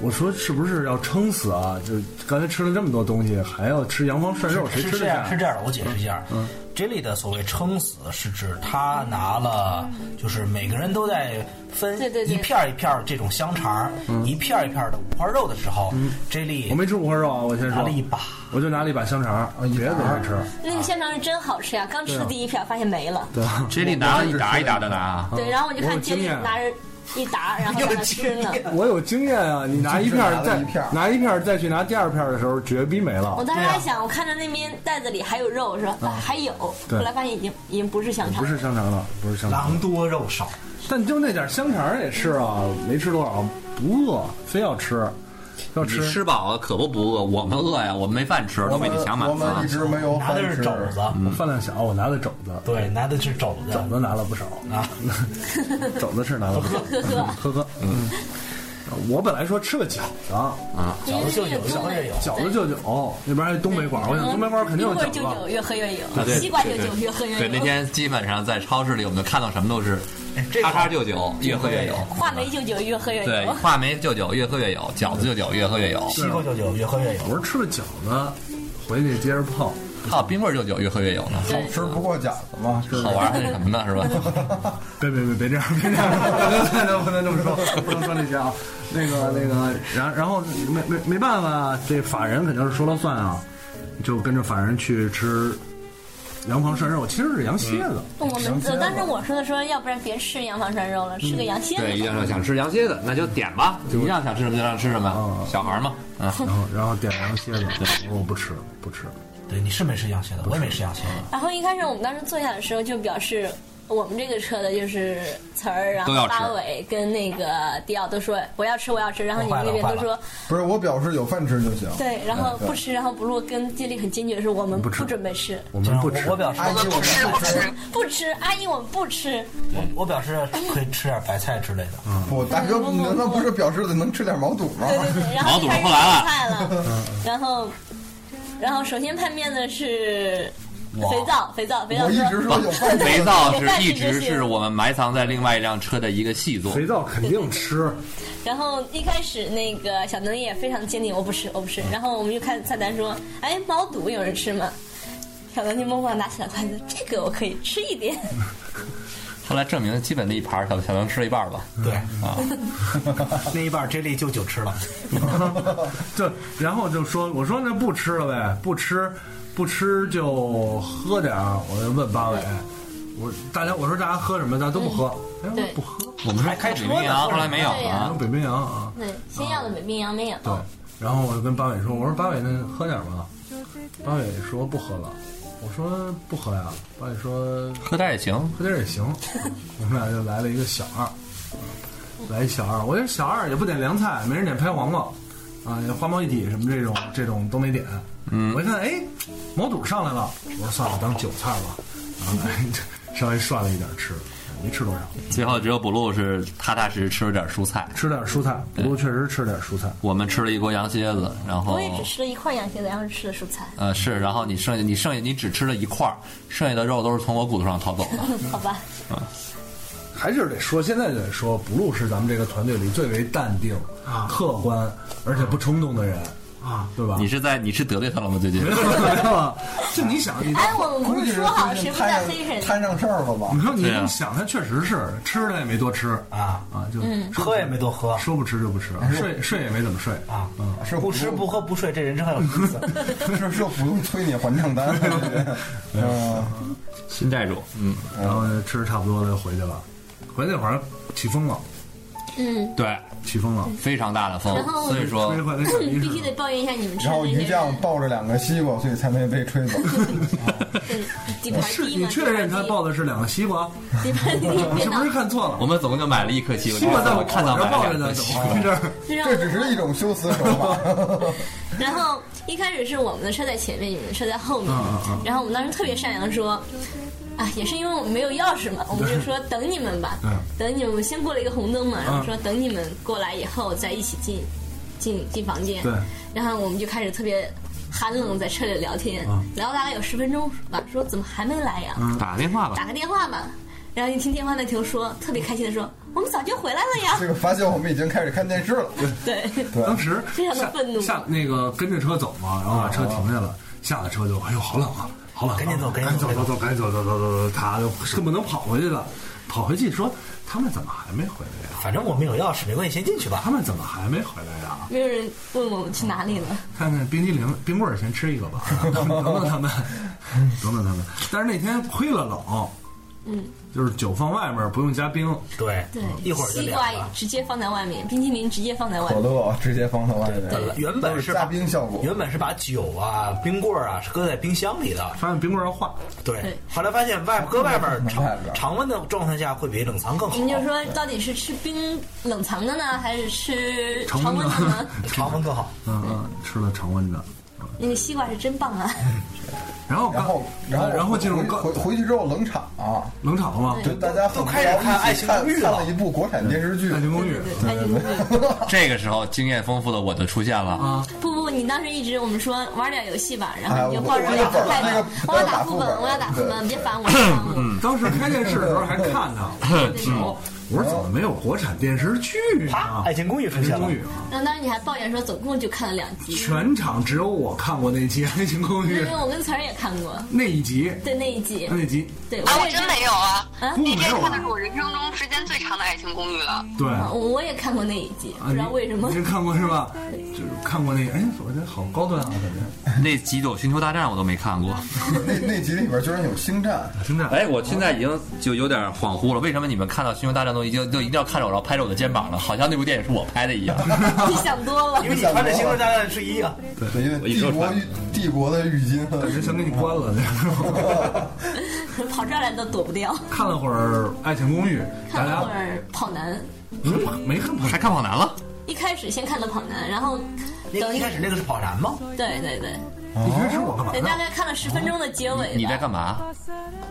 Speaker 8: 我说是不是要撑死啊？就是刚才吃了这么多东西，还要吃阳光涮肉，谁
Speaker 4: 是
Speaker 8: 吃
Speaker 4: 这
Speaker 8: 得
Speaker 4: 样，
Speaker 8: 下啊
Speaker 4: 是？这样的，我解释一下。嗯，Jelly 的所谓撑死，是指他拿了，就是每个人都在分
Speaker 11: 对对对
Speaker 4: 一片儿一片儿这种香肠，一片儿一片儿的五花肉的时候
Speaker 8: 我
Speaker 4: ，Jelly
Speaker 8: 没吃五花肉啊，我先
Speaker 4: 拿
Speaker 8: 说
Speaker 4: 了，一把，哦
Speaker 8: 我就拿了一把香肠，别的没吃，
Speaker 11: 那个香肠是真好吃呀、刚
Speaker 8: 啊
Speaker 11: 吃的第一片，发现没了。
Speaker 8: 对吧？
Speaker 9: 这里拿了一沓一沓的拿啊，
Speaker 11: 对，然后我就
Speaker 8: 我有
Speaker 11: 看
Speaker 8: 经
Speaker 11: 杰里
Speaker 8: 验
Speaker 11: 拿着一沓，然后在那吃呢。
Speaker 8: 我有经验啊，你拿一片儿
Speaker 10: 就是拿
Speaker 8: 再
Speaker 10: 了一片儿
Speaker 8: 拿一片儿再去拿第二片儿的时候，绝逼没了
Speaker 11: 我。当时还想，我看着那边袋子里还有肉，是吧？啊还有，
Speaker 8: 对
Speaker 11: 后来发现已经已经不是香肠
Speaker 8: 不，是香肠了，不是香肠，
Speaker 4: 狼多肉少。
Speaker 8: 但就那点儿香肠也吃啊，没吃多少，不饿，非要吃，要
Speaker 9: 你
Speaker 8: 吃
Speaker 9: 吃饱了可不不饿，我们饿呀，我们没饭吃，都
Speaker 10: 我
Speaker 9: 被
Speaker 10: 们
Speaker 9: 你抢满
Speaker 10: 我们
Speaker 9: 了啊
Speaker 10: 一。直没有
Speaker 4: 拿
Speaker 10: 饭
Speaker 4: 的是
Speaker 10: 吃。
Speaker 4: 肘子，
Speaker 8: 我饭量小，我拿的肘子，
Speaker 4: 对，拿的是嗯肘子。
Speaker 8: 肘子拿了不少
Speaker 4: 嗯啊，
Speaker 8: *laughs* 肘子是拿了不少， *laughs* 呵呵，嗯，我本来说吃个饺子，
Speaker 11: 因为
Speaker 4: 子就有
Speaker 11: 东
Speaker 4: 小的
Speaker 11: 北
Speaker 4: 有。
Speaker 8: 饺子就有，那边还有东北
Speaker 9: 嗯
Speaker 8: 馆，我想东北馆肯定有
Speaker 11: 一嗯会儿
Speaker 8: 饺
Speaker 11: 就
Speaker 8: 子，
Speaker 11: 有，越喝越有
Speaker 9: 啊，对
Speaker 11: 西瓜就
Speaker 9: 对
Speaker 11: 有，越喝越有。
Speaker 9: 对，那天基本上在超市里，我们就看到什么都是
Speaker 4: 这个
Speaker 9: 叉叉就酒，越喝越有。
Speaker 11: 话梅就酒，越喝越
Speaker 9: 对，
Speaker 11: 有。
Speaker 9: 话梅就酒，越喝越有；饺子就酒，越喝越有；
Speaker 4: 西瓜就有，越喝越有。
Speaker 8: 我说吃了饺子，回去接着泡，
Speaker 9: 还有冰棍就酒，越喝越有呢。
Speaker 11: 对
Speaker 10: 吃不过饺子嘛，是
Speaker 9: 好玩还那什么呢，是吧？
Speaker 8: 别别别别这样，别这样，不能不能这么说，不能说这些啊。那个那个，然然后没没没办法，这法人肯定是说了算啊，就跟着法人去吃羊旁涮肉，其实是羊蝎子，
Speaker 11: 我们我当时我说的说，要不然别吃羊房涮肉了，吃个羊蝎子
Speaker 9: 对，一定要想吃羊蝎子，那就点吧。你让想吃什么就让吃什么，小孩嘛。啊，
Speaker 8: 然后然后点羊蝎子，我说我不吃不吃，
Speaker 4: 对，你是没吃羊蝎子，我也没吃羊蝎子。
Speaker 11: 然后一开始我们当时坐下的时候就表示，我们这个车的就是词儿，然
Speaker 9: 都要
Speaker 11: 后
Speaker 9: 吃
Speaker 11: 八尾跟那个迪奥都说我要吃我要吃，然后你们那边都说
Speaker 10: 不是我表示有饭吃就行。
Speaker 11: 对，然
Speaker 9: 嗯
Speaker 11: 后不吃，然后不录跟接力很坚决说我们
Speaker 8: 不
Speaker 11: 不
Speaker 8: 吃
Speaker 11: 准备吃，
Speaker 8: 我们不
Speaker 4: 就是
Speaker 8: 吃
Speaker 4: 我我。表示
Speaker 10: 阿姨我
Speaker 12: 吃
Speaker 10: 们
Speaker 12: 不吃，
Speaker 11: 不吃，阿姨我们不吃，
Speaker 4: 我我表示可以吃点白菜之类的。
Speaker 10: 不，大哥，你难道不是表示的能吃点毛肚吗？
Speaker 11: 对对对，然后
Speaker 9: 毛肚
Speaker 11: 一开始
Speaker 9: 后来了
Speaker 11: 派了，然后然后首先叛变的是
Speaker 4: 我
Speaker 11: 肥皂，肥皂，肥皂
Speaker 10: 我一
Speaker 11: 说
Speaker 10: 直说
Speaker 9: 不
Speaker 10: 有饭
Speaker 9: *laughs*
Speaker 10: 吃。
Speaker 9: 肥皂是一直是我们埋藏在另外一辆车的一个细作。
Speaker 8: 肥皂肯定吃， *laughs*
Speaker 11: 然后一开始那个小能也非常坚定，我不吃，我不吃。然后我们就看菜单说，哎，毛肚有人吃吗？小能就默默地拿起了筷子，这个我可以吃一点。
Speaker 9: 后来证明基本的一盘儿，小小能吃了一半儿吧。
Speaker 4: 对，
Speaker 9: 啊，
Speaker 4: 嗯 *laughs* 那一半儿 J 莉就酒吃了。
Speaker 8: 就然后就说我说那不吃了呗，不吃不吃就喝点儿。我就问八尾，我大家我说大家喝什么？大家都不喝，哎
Speaker 11: 对
Speaker 8: 我不喝，
Speaker 9: 我们是开始冰洋，后来没有了
Speaker 8: 我
Speaker 9: 啊。
Speaker 8: 北冰洋啊。
Speaker 11: 对，先要的北冰洋没有。
Speaker 8: 对，然后我就跟八尾说，我说八尾那喝点儿吧。八尾说不喝了，我说不喝呀。八尾说
Speaker 9: 喝点儿也行，
Speaker 8: 喝点儿也行。 *laughs* 我们俩就来了一个小二，来一小二，我这小二也不点凉菜，没人点拍黄瓜，啊，也花猫一体什么这种这种都没点。嗯，我一看，哎，毛肚上来了，我说算了，当韭菜吧，然后来稍微涮了一点吃，没吃多少，
Speaker 9: 最后只有补录是踏踏实实吃了点蔬菜。
Speaker 8: 吃点蔬菜，不过确实吃点蔬菜。
Speaker 9: 我们吃了一锅羊蝎子，然后
Speaker 11: 我也只吃了一块羊蝎子，然后吃的蔬菜，
Speaker 9: 呃是，然后你剩下你剩下你只吃了一块儿，剩下的肉都是从我骨头上掏走的。
Speaker 11: 好吧？
Speaker 8: 还是得说，现在得说，不露是咱们这个团队里最为淡定、
Speaker 4: 啊
Speaker 8: 客观，而且不冲动的人，
Speaker 4: 啊，
Speaker 8: 对吧？
Speaker 9: 你是在你是得罪他了吗？最近
Speaker 8: 没有没有啊， *laughs* 就你想，你
Speaker 11: 哎，我们不
Speaker 10: 估计
Speaker 11: 是
Speaker 10: 是
Speaker 11: 说好
Speaker 10: 最
Speaker 11: 谁
Speaker 10: 近
Speaker 11: 不
Speaker 10: 摊
Speaker 11: 带黑
Speaker 10: 上
Speaker 11: 谁？
Speaker 10: 摊上事儿了吧
Speaker 8: 你？说你
Speaker 9: 对啊
Speaker 8: 这么想，他确实是吃的也没多吃
Speaker 4: 啊
Speaker 8: 啊，就
Speaker 11: 嗯
Speaker 4: 喝也没多喝哎
Speaker 8: 说不吃就不吃，睡睡也没怎么睡
Speaker 4: 啊，
Speaker 8: 嗯，
Speaker 10: 是
Speaker 4: 不吃不喝不睡，这人真很有意思。
Speaker 10: 是是不用催你还账单。啊
Speaker 9: *laughs*
Speaker 10: 嗯，
Speaker 9: 新债主，嗯，
Speaker 8: 然后吃的差不多了就回去了，回去那会儿起风了，
Speaker 11: 嗯，
Speaker 9: 对，
Speaker 8: 起风了，
Speaker 9: 非常大的风
Speaker 11: 然，后
Speaker 9: 所以说
Speaker 8: 吹坏那小逼
Speaker 11: 嗯 *laughs* 必须
Speaker 8: 似
Speaker 11: 得
Speaker 8: 的。
Speaker 11: 抱怨一下你们吃
Speaker 10: 然后
Speaker 11: 的
Speaker 10: 鱼
Speaker 11: 那
Speaker 10: 酱
Speaker 11: 个
Speaker 10: 抱着两个西瓜，所以才没被吹走。
Speaker 11: 对底盘
Speaker 8: 是
Speaker 11: 低
Speaker 8: 你
Speaker 11: 嘛？
Speaker 8: 确认他抱的是两个
Speaker 11: *laughs*
Speaker 8: 西瓜？
Speaker 11: 底盘低，
Speaker 8: 你
Speaker 11: 别
Speaker 8: 是
Speaker 11: 闹
Speaker 8: 不是看错了？
Speaker 9: 我们总共就买了一颗西瓜，
Speaker 8: 西瓜在
Speaker 9: 但
Speaker 8: 我
Speaker 9: 我看到
Speaker 8: 手上
Speaker 9: 买
Speaker 8: 抱
Speaker 9: 了
Speaker 8: 着
Speaker 9: 两颗
Speaker 8: 呢，怎
Speaker 9: 西
Speaker 8: 么
Speaker 9: 瓜。
Speaker 8: 回事儿？
Speaker 11: 让
Speaker 10: 这只是一种修辞手法。
Speaker 11: 然后一开始是我们的车在前面，你们的车在后面。然后我们当时特别善良，说啊，也是因为我们没有钥匙嘛，我们就说等你们吧，等你们，我们先过了一个红灯嘛，然后说等你们过来以后再一起进进进房间。
Speaker 8: 对。
Speaker 11: 然后我们就开始特别寒冷，在车里聊天，聊了大概有十分钟吧，说怎么还没来呀？
Speaker 9: 打个电话吧
Speaker 11: 打，个电话吧。然后一听电话那头说，特别开心的说，我们早就回来了呀
Speaker 10: 这。个发现我们已经开始看电视了。
Speaker 11: 对， *laughs*
Speaker 8: 当时
Speaker 11: 非常的愤怒
Speaker 8: 下下那个跟着车走嘛，然后把车停下了，下了车就哎呦好冷啊，好冷啊，
Speaker 4: 赶紧走
Speaker 8: 赶
Speaker 4: 赶紧走
Speaker 8: 走走走，赶紧走走走走走，他就恨不能跑回去了，跑回去说他们怎么还没回来呀？
Speaker 4: 反正我们有钥匙，没关系，先进去吧。
Speaker 8: 他们怎么还没回来呀？
Speaker 11: 没有人问我们去哪里了。
Speaker 8: 看看冰激凌、冰棍儿先吃一个吧，等等他们，等等他们。但是那天亏了冷，
Speaker 11: 嗯，
Speaker 8: 就是酒放外面不用加冰，
Speaker 4: 对，
Speaker 11: 对，
Speaker 4: 一会儿就
Speaker 11: 西
Speaker 4: 凉
Speaker 11: 瓜
Speaker 4: 了。
Speaker 11: 直接放在外面，冰激凌直接放在外
Speaker 10: 可
Speaker 11: 面。
Speaker 10: 乐直接放到外面，
Speaker 4: 本来原
Speaker 10: 都
Speaker 4: 本
Speaker 10: 是
Speaker 4: 是
Speaker 10: 加
Speaker 4: 把
Speaker 10: 冰效果。
Speaker 4: 原本是把酒啊、冰棍儿啊是搁在冰箱里的，
Speaker 8: 发现冰棍儿要化，
Speaker 4: 对
Speaker 11: 对。
Speaker 4: 后来发现外搁外边儿
Speaker 10: 外
Speaker 4: 常
Speaker 10: 边儿
Speaker 4: 常温的状态下会比冷藏更好
Speaker 11: 我。们就说，到底是吃冰冷藏的呢，还是吃
Speaker 8: 常
Speaker 11: 常
Speaker 8: 温
Speaker 11: 温
Speaker 8: 的
Speaker 11: 的呢？
Speaker 4: *laughs* 常温更好。
Speaker 8: 嗯嗯，吃了常温的。
Speaker 11: 那个西瓜是真棒啊！
Speaker 8: 然后
Speaker 10: 然后，
Speaker 8: 然
Speaker 10: 然后，
Speaker 8: 然后进入
Speaker 10: 回
Speaker 8: 高
Speaker 10: 回回去之后冷场，啊
Speaker 8: 冷场了吗？
Speaker 10: 就大家很
Speaker 4: 都开始
Speaker 10: 无聊
Speaker 4: 看
Speaker 10: 一起
Speaker 4: 爱情公
Speaker 10: 看
Speaker 4: 寓了
Speaker 10: 看了一部国产电视剧
Speaker 8: 爱。情公寓
Speaker 11: *laughs* 对。对，哎你不对
Speaker 9: 这个时候经验丰富的我就出现了。
Speaker 8: 啊，
Speaker 11: 不不，你当时一直我们说玩点游戏吧，然
Speaker 10: 哎
Speaker 11: 后你就抱着
Speaker 10: 我
Speaker 11: 两个
Speaker 10: 我要
Speaker 11: 筷
Speaker 10: 打那
Speaker 11: 子
Speaker 10: 个，
Speaker 11: 我要打副
Speaker 10: 我要打副本
Speaker 11: 本，我要打副本，
Speaker 10: 对
Speaker 11: 别烦我，
Speaker 4: 嗯
Speaker 11: 啊嗯别烦我。
Speaker 8: 当时开电视的时候还看他，
Speaker 4: 嗯
Speaker 8: 我说怎么没有国产电视剧
Speaker 4: 啪
Speaker 8: 啊？
Speaker 4: 爱情公寓出
Speaker 8: 爱
Speaker 4: 现
Speaker 8: 情
Speaker 4: 了
Speaker 8: 公寓啊，
Speaker 11: 然后当时你还抱怨说，总共就看了两集，
Speaker 8: 全场只有我看过那集 *laughs* 《爱情公
Speaker 11: 因
Speaker 8: 寓，
Speaker 11: 为》我跟词儿也看过，
Speaker 8: 那一集，
Speaker 11: 对那一集，
Speaker 4: 哎
Speaker 8: 那集
Speaker 11: 对
Speaker 12: 啊，
Speaker 11: 我
Speaker 12: 我
Speaker 11: 也
Speaker 12: 真没有啊！
Speaker 8: 不
Speaker 12: 那
Speaker 8: 没
Speaker 12: 天
Speaker 8: 有
Speaker 12: 看的
Speaker 8: 啊
Speaker 12: 是，我人生中时间最长的《爱情公寓》了。
Speaker 8: 对。
Speaker 11: 我我也看过那一
Speaker 4: 啊
Speaker 11: 集，不知道为什么
Speaker 8: 您。看过是吧？就是看过那个，哎，我觉得好高端啊，感觉。
Speaker 9: *laughs* 那几种《星球大战》我都没看 *laughs* 过。
Speaker 10: *laughs* 那那集里边居然有星战，
Speaker 8: 星战，
Speaker 9: 哎，我现在已经就有点恍惚了，为什么你们看到《星球大战》
Speaker 3: 东西，就就一定要看着我，然后拍着我的肩膀了，好像那部电影是我拍的一
Speaker 9: *laughs*
Speaker 3: 样。
Speaker 2: 你想多了，
Speaker 4: 因为你穿着星球大战是一个，
Speaker 10: 啊对，因为帝国浴帝国的浴巾，
Speaker 8: 但是想给你关了。
Speaker 2: 跑这儿来都躲不掉。
Speaker 8: *laughs* 看了会儿《爱情公寓》，
Speaker 2: 看
Speaker 8: 咱
Speaker 2: 了会
Speaker 8: 俩
Speaker 2: 儿跑男，
Speaker 8: 嗯没看跑，还
Speaker 9: 看跑男了。
Speaker 2: 一开始先看的跑男，然后
Speaker 4: 那一开始那个是跑男吗？
Speaker 2: 对对对，
Speaker 8: 一开始我干嘛
Speaker 2: 对，
Speaker 11: 哎
Speaker 8: 呢
Speaker 2: 大？概看了十分钟的结尾吧。
Speaker 9: 你在干嘛？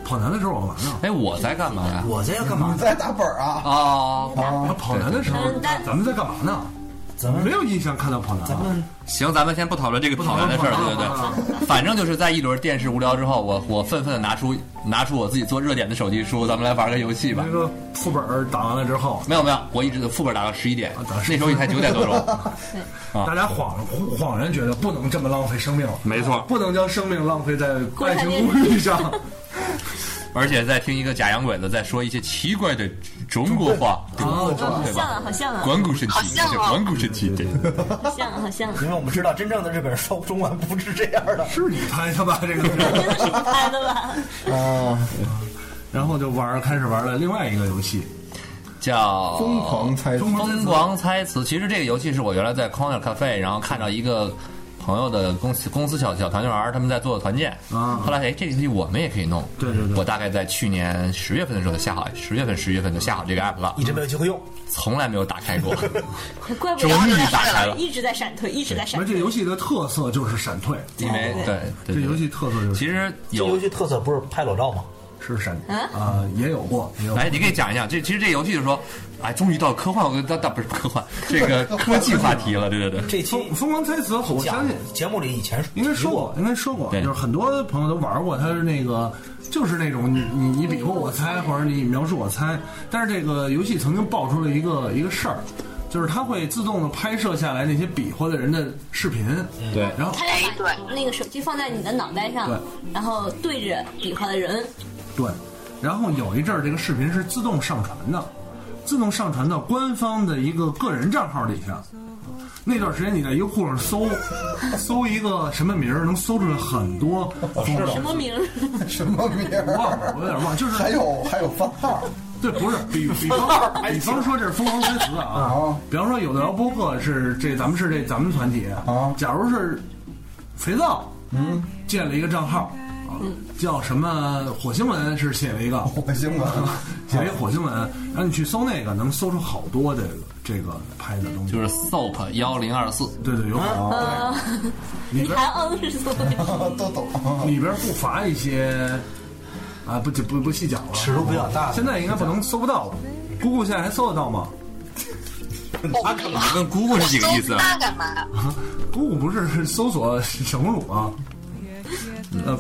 Speaker 8: 跑男的时候我干嘛呢？
Speaker 9: 哎，我在干嘛呀？
Speaker 4: 我在干嘛
Speaker 10: 你？ *laughs* 在打本
Speaker 9: *laughs*
Speaker 10: 儿啊？
Speaker 9: 哦，
Speaker 8: 那跑男的时候
Speaker 2: 嗯但，
Speaker 8: 咱们在干嘛呢？
Speaker 4: 咱们
Speaker 8: 没有印象看到跑男
Speaker 4: 咱
Speaker 8: 啊。
Speaker 4: 们
Speaker 9: 行，嗯咱们先不讨论这个跑男啊的事儿，对对对。反正就是在一轮电视无聊之后，我我愤愤的拿出拿出我自己做热点的手机，说咱们来玩个游戏吧
Speaker 8: 那。个副本儿打完了之后，
Speaker 9: 没有没有，我一直副啊本打到十一点，
Speaker 8: 打11
Speaker 9: 那时候也才九点多 *laughs* 钟。啊
Speaker 8: 大家恍恍然觉得不能这么浪费生命了，
Speaker 9: 没错
Speaker 8: 不能将生命浪费在爱情公寓上。 *laughs*
Speaker 9: 而且在听一个假洋鬼子在说一些奇怪的中国话，
Speaker 8: 啊，
Speaker 2: 好
Speaker 9: 对
Speaker 2: 像
Speaker 9: 吧？
Speaker 2: 啊，好像啊，
Speaker 9: 管谷神
Speaker 12: 好
Speaker 9: 奇，
Speaker 12: 像
Speaker 9: 是
Speaker 12: 啊
Speaker 9: 管谷神奇，对。
Speaker 2: 好像啊，好像啊，
Speaker 4: 因为我们知道真正的日本人说中文不是这样的。
Speaker 8: 是你拍的哎吧？这个
Speaker 2: 真的是你拍的吧？
Speaker 10: 啊，
Speaker 8: 然后就玩儿，开始玩了另外一个游戏，
Speaker 9: 叫
Speaker 10: 疯狂猜
Speaker 8: 疯
Speaker 9: 疯狂猜词。其实这个游戏是我原来在 Corner Cafe，然后看到一个朋友的公司公司小小团队玩儿，他们在做团建。
Speaker 8: 啊
Speaker 9: 后来哎，这个游戏我们也可以弄。
Speaker 8: 对对对
Speaker 9: 我大概在去年十月份的时候就下好，十月份、十一月份就下好这个 app 了，
Speaker 4: 一直没有机会用，
Speaker 9: 从来没有打
Speaker 8: *laughs*
Speaker 9: 开
Speaker 8: 哦
Speaker 2: *laughs*
Speaker 9: 过，
Speaker 2: 怪不
Speaker 9: 终
Speaker 2: 得
Speaker 9: 于打开了。
Speaker 2: 一直在闪退，一直在闪
Speaker 8: 而这
Speaker 2: 退。
Speaker 8: 游戏的特色就是闪退，啊
Speaker 9: 因为对
Speaker 8: 这
Speaker 9: 对，对
Speaker 8: 游戏特色就是
Speaker 9: 其实
Speaker 4: 这
Speaker 9: 有
Speaker 4: 游戏特色不是拍裸照吗？
Speaker 8: 是闪啊，也有过，也有过
Speaker 9: 哎，你可以讲一讲，这其实这游戏就是说，哎，终于到科幻，我到到不是科幻，这个科技话题了，对对对。
Speaker 4: 这期
Speaker 8: 疯疯狂猜词，我
Speaker 4: 讲
Speaker 8: 相信
Speaker 4: 节目里以前
Speaker 8: 应该说过，应该说过，
Speaker 9: 对
Speaker 8: 就是很多朋友都玩过，它是那个就是那种你你你比划我猜，或者你描述我猜。但是这个游戏曾经爆出了一个一个事儿，就是它会自动的拍摄下来那些比划的人的视频，
Speaker 9: 对
Speaker 8: 然后
Speaker 2: 他要把那个手机放在你的脑袋上
Speaker 8: 对，
Speaker 2: 然后对着比划的人，
Speaker 8: 对，然后有一阵儿这个视频是自动上传的，自动上传到官方的一个个人账号底下。那段时间你在优酷上搜，搜一个什么名儿，能搜出来很多疯狂
Speaker 2: 什么名儿？
Speaker 10: *laughs* 什么名
Speaker 8: 我忘
Speaker 10: 儿？啊
Speaker 8: 了，我有点忘，就是
Speaker 10: *laughs* 还有还有番号，
Speaker 8: 对，不是比比方比方说这是疯狂猜词啊
Speaker 10: 啊，
Speaker 8: 比方说有的聊播客是这咱们是这咱们团体
Speaker 10: 啊
Speaker 8: 假如是肥皂，嗯，建了一个账号，啊，叫什么火星文是写了一个，
Speaker 10: 火星文，
Speaker 8: 写了一火星文，然后你去搜那个能搜出好多这个这个拍的东西，
Speaker 9: 就是 Soap 幺零二四，
Speaker 8: 对对有很多
Speaker 2: 呃，你还嗯是怎么样？
Speaker 10: *laughs* 都懂。
Speaker 8: 里边不乏一些啊不不不细讲了，
Speaker 4: 尺度比较大的
Speaker 8: 现在应该不能搜不到了，姑姑现在还搜得到吗？
Speaker 12: 我不知道
Speaker 9: 你问姑姑是几个意思
Speaker 12: 我搜
Speaker 9: 啊？
Speaker 12: 那干嘛？
Speaker 8: 姑姑不是搜索小公主啊，呃，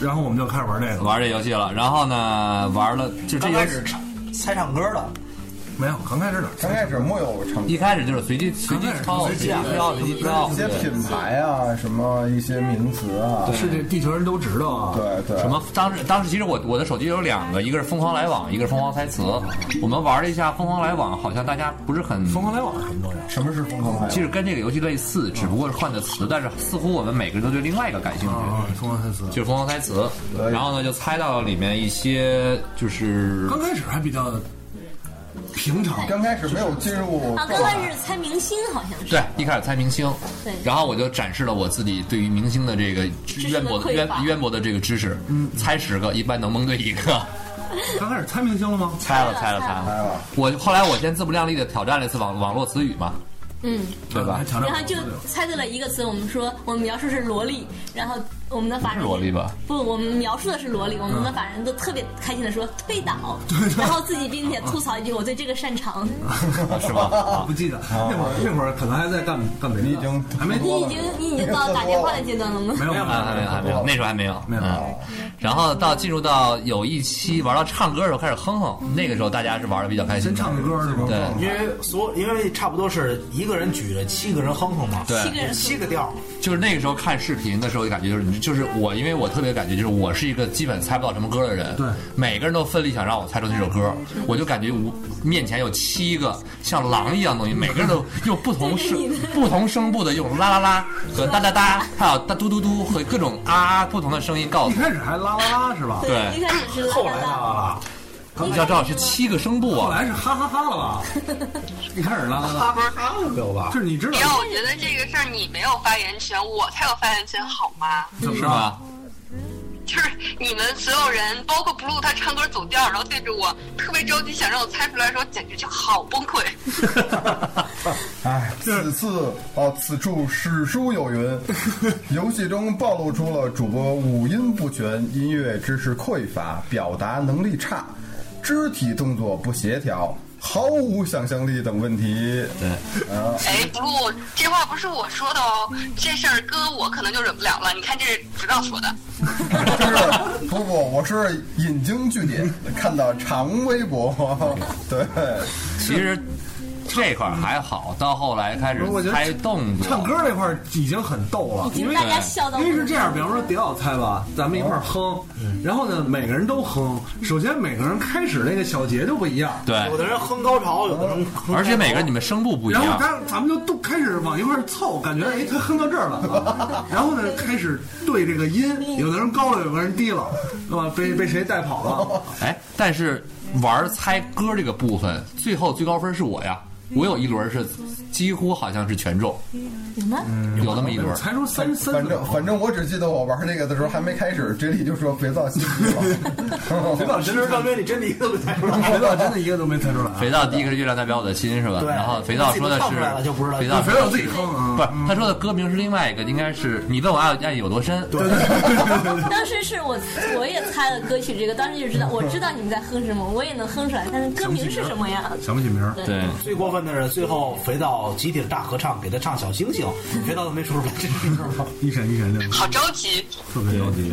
Speaker 8: 然后我们就开始玩这个了。
Speaker 9: 玩这游戏了，然后呢，玩了就这
Speaker 4: 刚
Speaker 9: 游
Speaker 4: 开
Speaker 9: 戏
Speaker 4: 始唱猜唱歌的，
Speaker 8: 没有，刚开始哪
Speaker 10: 刚开始木有成
Speaker 9: 一开始就是随机随机
Speaker 8: 刚
Speaker 9: 挑，
Speaker 8: 开
Speaker 9: 随
Speaker 8: 始
Speaker 9: 机挑，随机挑
Speaker 10: 一，些品牌啊，什么一些名词啊，
Speaker 8: 是这地球人都知道啊。
Speaker 10: 对对，
Speaker 9: 什么？当时当时其实我我的手机有两个，一个是疯狂来往，一个是疯狂猜词。我们玩了一下疯狂来往，好像大家不是很。
Speaker 8: 疯狂来往什么东西？
Speaker 10: 什么是疯狂
Speaker 9: 其
Speaker 10: 牌？
Speaker 9: 实跟这个游戏类似，只不过是换的词，但是似乎我们每个人都对另外一个感兴趣。
Speaker 8: 啊，疯狂三词。
Speaker 9: 就是疯狂猜词，
Speaker 10: 对
Speaker 9: 然后呢就猜到里面一些就是
Speaker 8: 刚开始还比较平常，
Speaker 10: 刚开始没有进入
Speaker 2: 啊，刚开始猜明星好像是
Speaker 9: 对，一开始猜明星，
Speaker 2: 对
Speaker 9: 然后我就展示了我自己对于明星的这个知
Speaker 2: 识的
Speaker 9: 渊博的
Speaker 2: 匮
Speaker 9: 渊
Speaker 2: 乏
Speaker 9: 渊博的这个知识，嗯，猜十个一般能蒙对一个，
Speaker 8: 刚开始猜明星了吗？
Speaker 9: *laughs* 猜了猜了猜了。
Speaker 10: 来了，
Speaker 9: 我后来我先自不量力的挑战了一次网网络词语嘛，
Speaker 2: 嗯，
Speaker 9: 对吧
Speaker 8: 还？强调
Speaker 2: 然后就猜对了一个词，我们说我们描述是萝莉，然后我们的法
Speaker 9: 是
Speaker 2: 人
Speaker 9: 萝莉 *laughs* 吧？
Speaker 2: 不，我
Speaker 8: 嗯
Speaker 2: 们描述的是萝莉，我们的法人都特别开心的说推
Speaker 8: *laughs*
Speaker 2: 倒，然后自己并且吐槽一句我对这个擅长，
Speaker 8: 嗯
Speaker 9: 是啊吧？
Speaker 8: 不记得那会儿，
Speaker 10: 哦
Speaker 8: 那会儿可能还在干干别的，
Speaker 10: 你已经
Speaker 8: 还没
Speaker 2: *laughs* 你已经你已经到打电话的阶段了吗？
Speaker 8: 没有没有
Speaker 9: 啊，还没有，还没有，那时候还没有，
Speaker 8: 没有
Speaker 9: 嗯。然后到进入到有一期玩到唱歌的时候开始哼哼，那个时候大家是玩的比较开心
Speaker 8: 嗯先
Speaker 9: 的。
Speaker 8: 唱个歌是吗？
Speaker 9: 对
Speaker 4: 因为所因为差不多是一个人举着七个人哼哼嘛，
Speaker 9: 对
Speaker 2: 七个人
Speaker 4: 七个调儿，
Speaker 9: 就是那个时候看视频的时候，就感觉就是你就是我，因为我特别感觉就是我是一个基本猜不到什么歌的人，
Speaker 8: 对
Speaker 9: 每个人都奋力想让我猜出那首歌，我就感觉我面前有七个像狼一样的东西，每个人都用不同声不同声部的用啦啦啦和哒哒哒，还有哒嘟嘟嘟和各种啊不同的声音告
Speaker 8: 一
Speaker 9: 诉我，
Speaker 8: 开始还啦啦啦是吧？
Speaker 9: 对
Speaker 2: 一开始是啦
Speaker 4: 后
Speaker 2: 啦
Speaker 4: 来
Speaker 2: 啦，
Speaker 4: 呢，
Speaker 3: 你想正好是七个声部啊。
Speaker 8: 后来是哈哈哈了吧？一开始啦
Speaker 12: 哈哈哈，
Speaker 8: 有吧？就是你知道
Speaker 12: 你让我觉得这个事儿你没有发言权，我才有发言权，好吗？
Speaker 8: 怎么着？
Speaker 12: 就是你们所有人，包括 blue 他唱歌走调，然后对着我特别着急，想让我猜出来的时候，简直就好崩溃。
Speaker 10: 哎，此次啊，此处史书有
Speaker 8: *laughs*
Speaker 10: 云，游戏中暴露出了主播五音不全、音乐知识匮乏、表达能力差、肢体动作不协调、毫无想象力等问题。
Speaker 9: 对，
Speaker 10: 啊，
Speaker 12: 哎，blue 这话不是我说的哦，这事儿搁我可能就忍不了了。你看这是直道说的，
Speaker 10: 是不不，我是引经据典，看到长
Speaker 8: *laughs*
Speaker 10: 微博，对，
Speaker 9: 其实这块儿还好，到后来开始
Speaker 8: 我觉得
Speaker 9: 猜动作，
Speaker 8: 唱歌那块儿已经很逗了，
Speaker 9: 已经
Speaker 8: 因为
Speaker 9: 大家笑到
Speaker 8: 因为是这样，比方说迪奥猜吧，咱们一块儿哼，然后呢，每个人都哼。首先，每个人开始那个小节就不一样，
Speaker 9: 对
Speaker 4: 有的人哼高潮，有的人哼
Speaker 9: 而且每个人你们声部不一样
Speaker 8: 然后他咱们就都开始往一块儿凑，感觉哎，他哼到这儿了
Speaker 4: *laughs*
Speaker 8: 啊，然后呢，开始对这个音，有的人高了，有的人低了，是吧？被被谁带跑
Speaker 4: *laughs*
Speaker 8: 了？
Speaker 3: 哎，但是玩猜歌这个部分，最后最高分是我呀。我有一轮是几乎好像是全中，
Speaker 2: 有吗？
Speaker 8: 嗯
Speaker 3: 有那么一轮。
Speaker 8: 猜出三三
Speaker 10: 反正反正我只记得我玩这个的时候还没开始，这里就说肥皂洗了，
Speaker 9: *laughs*
Speaker 4: 肥皂真的，张哥你真的一个都没猜出来，
Speaker 8: 肥皂真的一个都没猜出来。
Speaker 9: 肥皂第一个是月亮代表我的心是吧？
Speaker 4: 对
Speaker 9: 然后肥皂说的
Speaker 4: 自己都唱出来了
Speaker 9: 是
Speaker 4: 就不知道
Speaker 9: 肥皂
Speaker 4: 肥
Speaker 8: 皂自己哼嗯啊
Speaker 9: 不是他说的歌名是另外一个，应该是你问我爱爱有多深。对
Speaker 2: 当时是我我也猜了歌曲这个，当时就知道我知道你们在哼什么，我也能哼出来，但是歌名是什么呀？
Speaker 8: 想不起名儿
Speaker 2: 对
Speaker 4: 最过分的是最后肥皂集体的大合唱，给他唱小星星，肥皂都没说出来，这是吗？
Speaker 8: 一闪一闪亮，
Speaker 12: 好着急。
Speaker 8: 特别着急。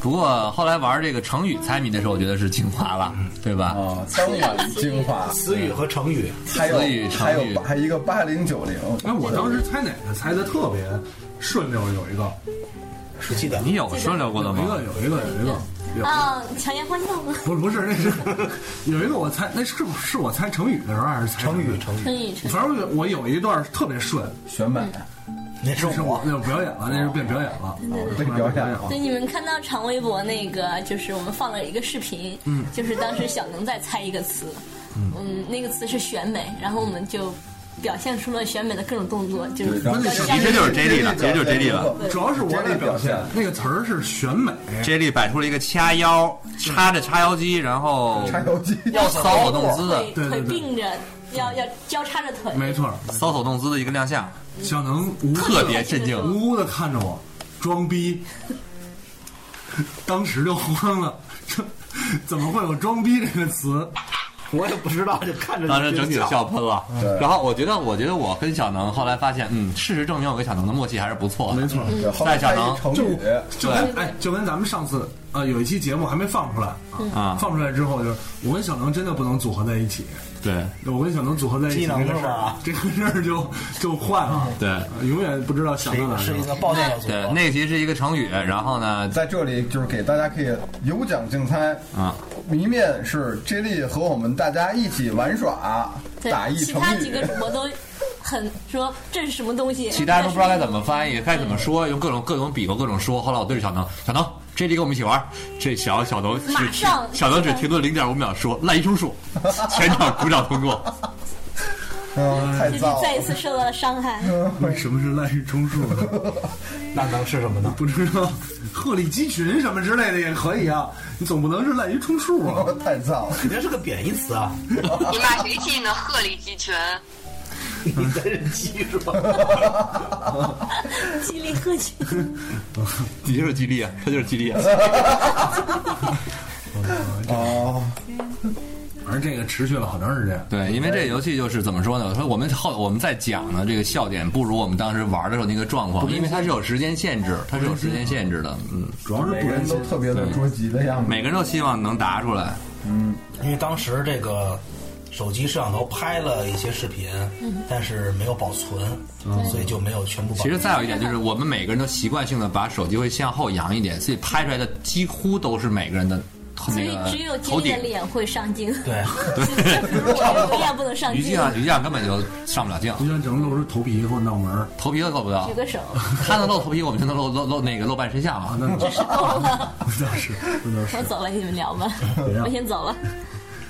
Speaker 9: 不过后来玩这个成语猜谜的时候，我觉得是精华了，
Speaker 8: 嗯
Speaker 9: 对吧？
Speaker 10: 啊，
Speaker 4: 哦
Speaker 10: 当然精华，
Speaker 4: 词语和成语，
Speaker 10: 还有
Speaker 9: 词语成语
Speaker 10: 还有还一个八零九零，
Speaker 8: 哎，我当时猜哪个猜的特别顺溜，有一个，
Speaker 4: 是记得
Speaker 9: 你有顺溜过的
Speaker 8: 有一
Speaker 9: 吗？
Speaker 8: 个，有一个，有一个，有。
Speaker 2: 啊，强颜欢笑吗？ *laughs*
Speaker 8: 不是不是，那是有一个我猜，那是不是我猜成语的时候还是猜成语？成
Speaker 2: 春雨
Speaker 8: 反正我我有一段特别顺，
Speaker 10: 选美，
Speaker 4: 那是
Speaker 8: 是我那表演了，那是变表演了，啊
Speaker 10: 被表演了。
Speaker 2: 对，你们看到长微博那个，就是我们放了一个视频，嗯，就是当时小能在猜一个词，嗯那个词是选美，然后我们就表现出了选美的各种动作，就是
Speaker 10: 然后
Speaker 8: 那
Speaker 2: 是
Speaker 8: 是
Speaker 9: 其实就是 J 莉了，
Speaker 10: 对
Speaker 9: 其实就是 J 莉了。
Speaker 8: 主要是我得表现那个词儿是选美，
Speaker 9: J 莉摆出了一个掐腰，插着叉腰肌，然后
Speaker 10: 插腰肌，
Speaker 9: 要骚手动姿的，
Speaker 2: 腿
Speaker 8: 对
Speaker 2: 腿
Speaker 8: 对对
Speaker 2: 并着，要要交叉着腿，
Speaker 8: 没错。
Speaker 9: 骚手动姿的一个亮相，
Speaker 8: 小能无
Speaker 9: 特别震惊。
Speaker 8: 无辜的看着我，装逼，当时就慌了，这怎么会有装逼这个词？
Speaker 4: 我也不知道，就看着
Speaker 9: 当时整体
Speaker 4: 的
Speaker 9: 的笑喷了
Speaker 10: 对。
Speaker 9: 然后我觉得，我觉得我跟小能后来发现，嗯，事实证明我跟小能的默契还是不错的。
Speaker 8: 没错，
Speaker 10: 对后来
Speaker 9: 戴小
Speaker 10: 还
Speaker 9: 能
Speaker 10: 一成
Speaker 8: 就
Speaker 10: 语，
Speaker 8: 就跟哎，就跟咱们上次呃有一期节目还没放出来
Speaker 9: 啊
Speaker 8: 放出来之后就是我跟小能真的不能组合在一起，
Speaker 9: 对
Speaker 8: 我跟小能组合在一起
Speaker 4: 技能
Speaker 8: 这个事
Speaker 4: 是
Speaker 8: 儿
Speaker 4: 吧，
Speaker 8: 这个事儿就就坏了，
Speaker 9: 对
Speaker 8: 呃永远不知道想到哪儿去
Speaker 4: 是一
Speaker 8: 了。
Speaker 4: 个爆电要素。
Speaker 9: 对，那题是一个成语，然后呢，
Speaker 10: 在这里就是给大家可以有奖竞猜，
Speaker 9: 啊，
Speaker 10: 谜面是 J 莉和我们大家一起玩耍，
Speaker 2: 对
Speaker 10: 打一
Speaker 2: 其
Speaker 10: 成
Speaker 2: 他几
Speaker 10: 语
Speaker 2: 个。主播都很说这是什么东西，
Speaker 9: 其他人都不知道该怎么翻译，该怎么说，用各种各种比划，各种说。后来我对着小能，小能，这题跟我们一起玩。这小小能只
Speaker 2: 马上
Speaker 9: 小能只停顿零点五秒说滥竽充数，全场鼓掌通过。
Speaker 10: 嗯，太
Speaker 2: 这
Speaker 10: 糟
Speaker 2: 就
Speaker 10: 了
Speaker 2: 再一次受到了伤害。
Speaker 9: *laughs*
Speaker 8: 为什么是滥竽充数呢？
Speaker 4: *laughs* 那能是什么呢？
Speaker 8: 不知道，鹤立鸡群什么之类的也可以啊，你总不能是滥竽充数啊。
Speaker 10: 太糟了。
Speaker 4: 肯定是个贬义词啊！
Speaker 12: 你骂谁去呢？鹤立鸡群，
Speaker 4: 你在这记是吧？
Speaker 2: 激励喝
Speaker 9: *laughs*
Speaker 2: 酒，
Speaker 9: 你就是激励啊，他就是激励啊。
Speaker 10: 哦，
Speaker 8: 反正这个持续了好长时间。
Speaker 9: *laughs* 对，因为这个游戏就是怎么说呢？我说我们后我们在讲呢，这个笑点不如我们当时玩的时候那个状况，因为它是有时间限制，它是有时间限制的。嗯，
Speaker 8: 主要是
Speaker 10: 每
Speaker 8: 不
Speaker 10: 个
Speaker 8: 甘
Speaker 10: 人都
Speaker 8: 心，
Speaker 10: 特别的着急的样子。
Speaker 9: 每个人都希望能答出来。
Speaker 4: 因为当时这个手机摄像头拍了一些视频，但是没有保存，所以就没有全部保
Speaker 9: 嗯其
Speaker 4: 存。
Speaker 9: 实再有一点就是，我们每个人都习惯性的把手机会向后扬一点，所以拍出来的几乎都是每个人的头
Speaker 2: 所
Speaker 9: 那
Speaker 2: 以
Speaker 9: 个
Speaker 2: 只有
Speaker 9: 头
Speaker 2: 经理
Speaker 9: 顶
Speaker 2: 的。脸会上镜，
Speaker 4: 对，
Speaker 2: *laughs* 我永远不能
Speaker 9: *laughs*
Speaker 2: 上
Speaker 9: 于
Speaker 2: 镜
Speaker 9: 静。啊，于静根本就上不了镜，
Speaker 8: 就像只能露出头皮或脑门儿。
Speaker 9: 头皮都够不
Speaker 11: *laughs*
Speaker 9: 到
Speaker 2: 举。个手，
Speaker 9: 他能露头皮，我们就能露露露那个露半身像啊。
Speaker 8: *laughs* 那
Speaker 2: 够了。
Speaker 8: 那是，那是
Speaker 10: *laughs*
Speaker 2: 我走了，你们聊吧，我先走了。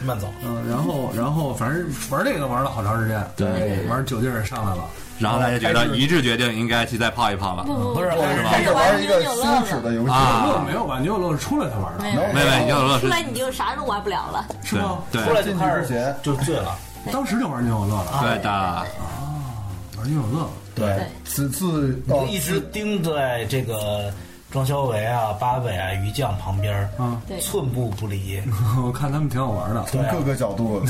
Speaker 4: 慢走。
Speaker 8: 嗯，然后然后反正玩这个玩了好长时间，哎
Speaker 9: 对
Speaker 8: 玩酒劲儿上来了，
Speaker 9: 然后大家觉
Speaker 8: 开
Speaker 9: 得
Speaker 8: 始
Speaker 9: 一致决定应该去再泡一泡了，
Speaker 11: 不
Speaker 4: 是
Speaker 9: 是吧？
Speaker 10: 啊一个羞耻的游戏
Speaker 9: 啊
Speaker 8: 没有吧？牛有乐是出来才玩的，
Speaker 11: 没有
Speaker 9: 没有牛有乐
Speaker 11: 出
Speaker 9: 是
Speaker 11: 来你就啥都玩不了了。
Speaker 9: 是吗？对
Speaker 4: 出来就开始就醉了。
Speaker 8: 当时就玩牛有乐了，
Speaker 9: 对的，
Speaker 8: 玩牛有乐了。 *laughs*
Speaker 4: 对，
Speaker 10: 此次
Speaker 9: 嗯
Speaker 4: 你就一直盯在这个庄小维啊、八尾啊、于酱旁边儿，
Speaker 8: 嗯
Speaker 11: 对
Speaker 4: 寸步
Speaker 9: *laughs*
Speaker 4: 不离。
Speaker 8: 我看他们挺好玩的，
Speaker 4: 啊
Speaker 10: 从各个角度，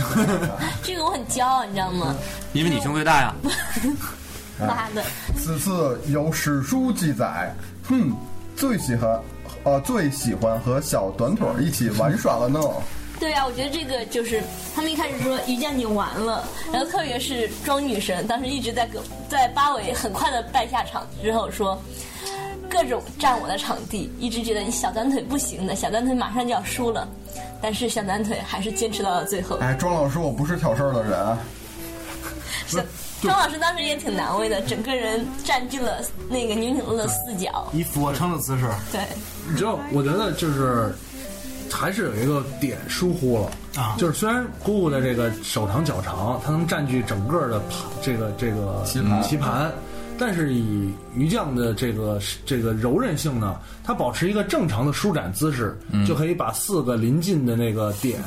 Speaker 11: 这个我很骄傲，你知道吗？
Speaker 9: 因为你胸最大呀。
Speaker 10: 嗯
Speaker 11: 妈的，
Speaker 10: *laughs* 此次有史书记载，哼，最喜欢，呃，最喜欢和小短腿儿一起玩耍了呢。
Speaker 11: 对啊呀、我觉得这个就是他们一开始说于酱你完了，然后特别是庄女神，当时一直在跟在八尾很快的败下场之后说。各种占我的场地，一直觉得你小短腿不行的，小短腿马上就要输了，但是小短腿还是坚持到了最后。
Speaker 10: 哎，庄老师，我不是挑事儿的人啊。
Speaker 11: 张老师当时也挺难为的，整个人占据了那个牛牛的四角。
Speaker 4: 以俯卧撑的姿势，
Speaker 11: 对，
Speaker 8: 你知道，我觉得就是还是有一个点疏忽了
Speaker 4: 啊
Speaker 8: 就是虽然姑姑的这个手长脚长，它能占据整个的盘这个这个棋
Speaker 10: 盘
Speaker 8: 棋盘，但是以鱼酱的这个这个柔韧性呢，它保持一个正常的舒展姿势，就可以把四个临近的那个点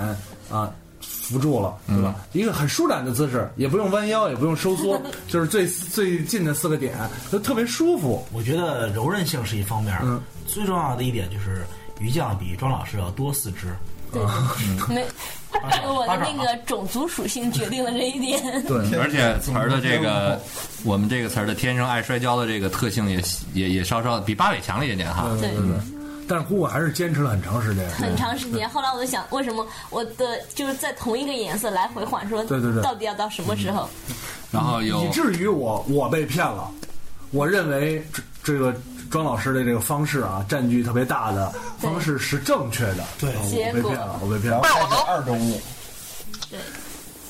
Speaker 8: 啊。扶住了，对吧？一个很舒展的姿势，也不用弯腰，也不用收缩，就是最最近的四个点，就特别舒服。
Speaker 4: 我觉得柔韧性是一方面儿，
Speaker 8: 嗯
Speaker 4: 最重要的一点就是于酱比庄老师要多四肢。
Speaker 11: 对，对 *laughs* 没，我的那个种族属性决定了这一点。
Speaker 8: *laughs* 对，
Speaker 9: 而且词儿的这个，我们这个词儿的天生爱摔跤的这个特性也也也稍稍比八尾强了一点点哈。
Speaker 11: 对，
Speaker 8: 但是姑姑还是坚持了很长时间。
Speaker 11: 很长时间。后来我就想，为什么我的就是在同一个颜色来回换，说
Speaker 8: 对对对
Speaker 11: 到底要到什么时候？
Speaker 9: 然后有
Speaker 8: 以至于我我被骗了。我认为这这个庄老师的这个方式啊，占据特别大的方式是正确的。
Speaker 4: 对
Speaker 8: 啊
Speaker 11: 结
Speaker 8: 我被
Speaker 11: 果
Speaker 8: 骗了，我被骗
Speaker 10: 然后
Speaker 8: 了。
Speaker 10: 开始二中午，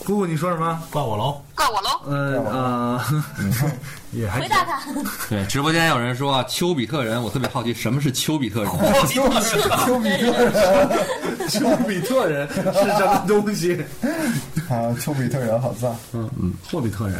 Speaker 8: 姑姑，你说什么？
Speaker 4: 怪我喽，
Speaker 13: 怪我喽。
Speaker 8: 呃呃， *laughs* 也还
Speaker 11: 回答他，
Speaker 9: 对直播间有人说丘比特人，我特别好奇什么是丘比特人。
Speaker 10: 丘比特 *laughs* 人
Speaker 8: *laughs* 丘比特人是什么东西？
Speaker 10: 啊，丘比特人好赞。
Speaker 8: 嗯嗯，霍比特人。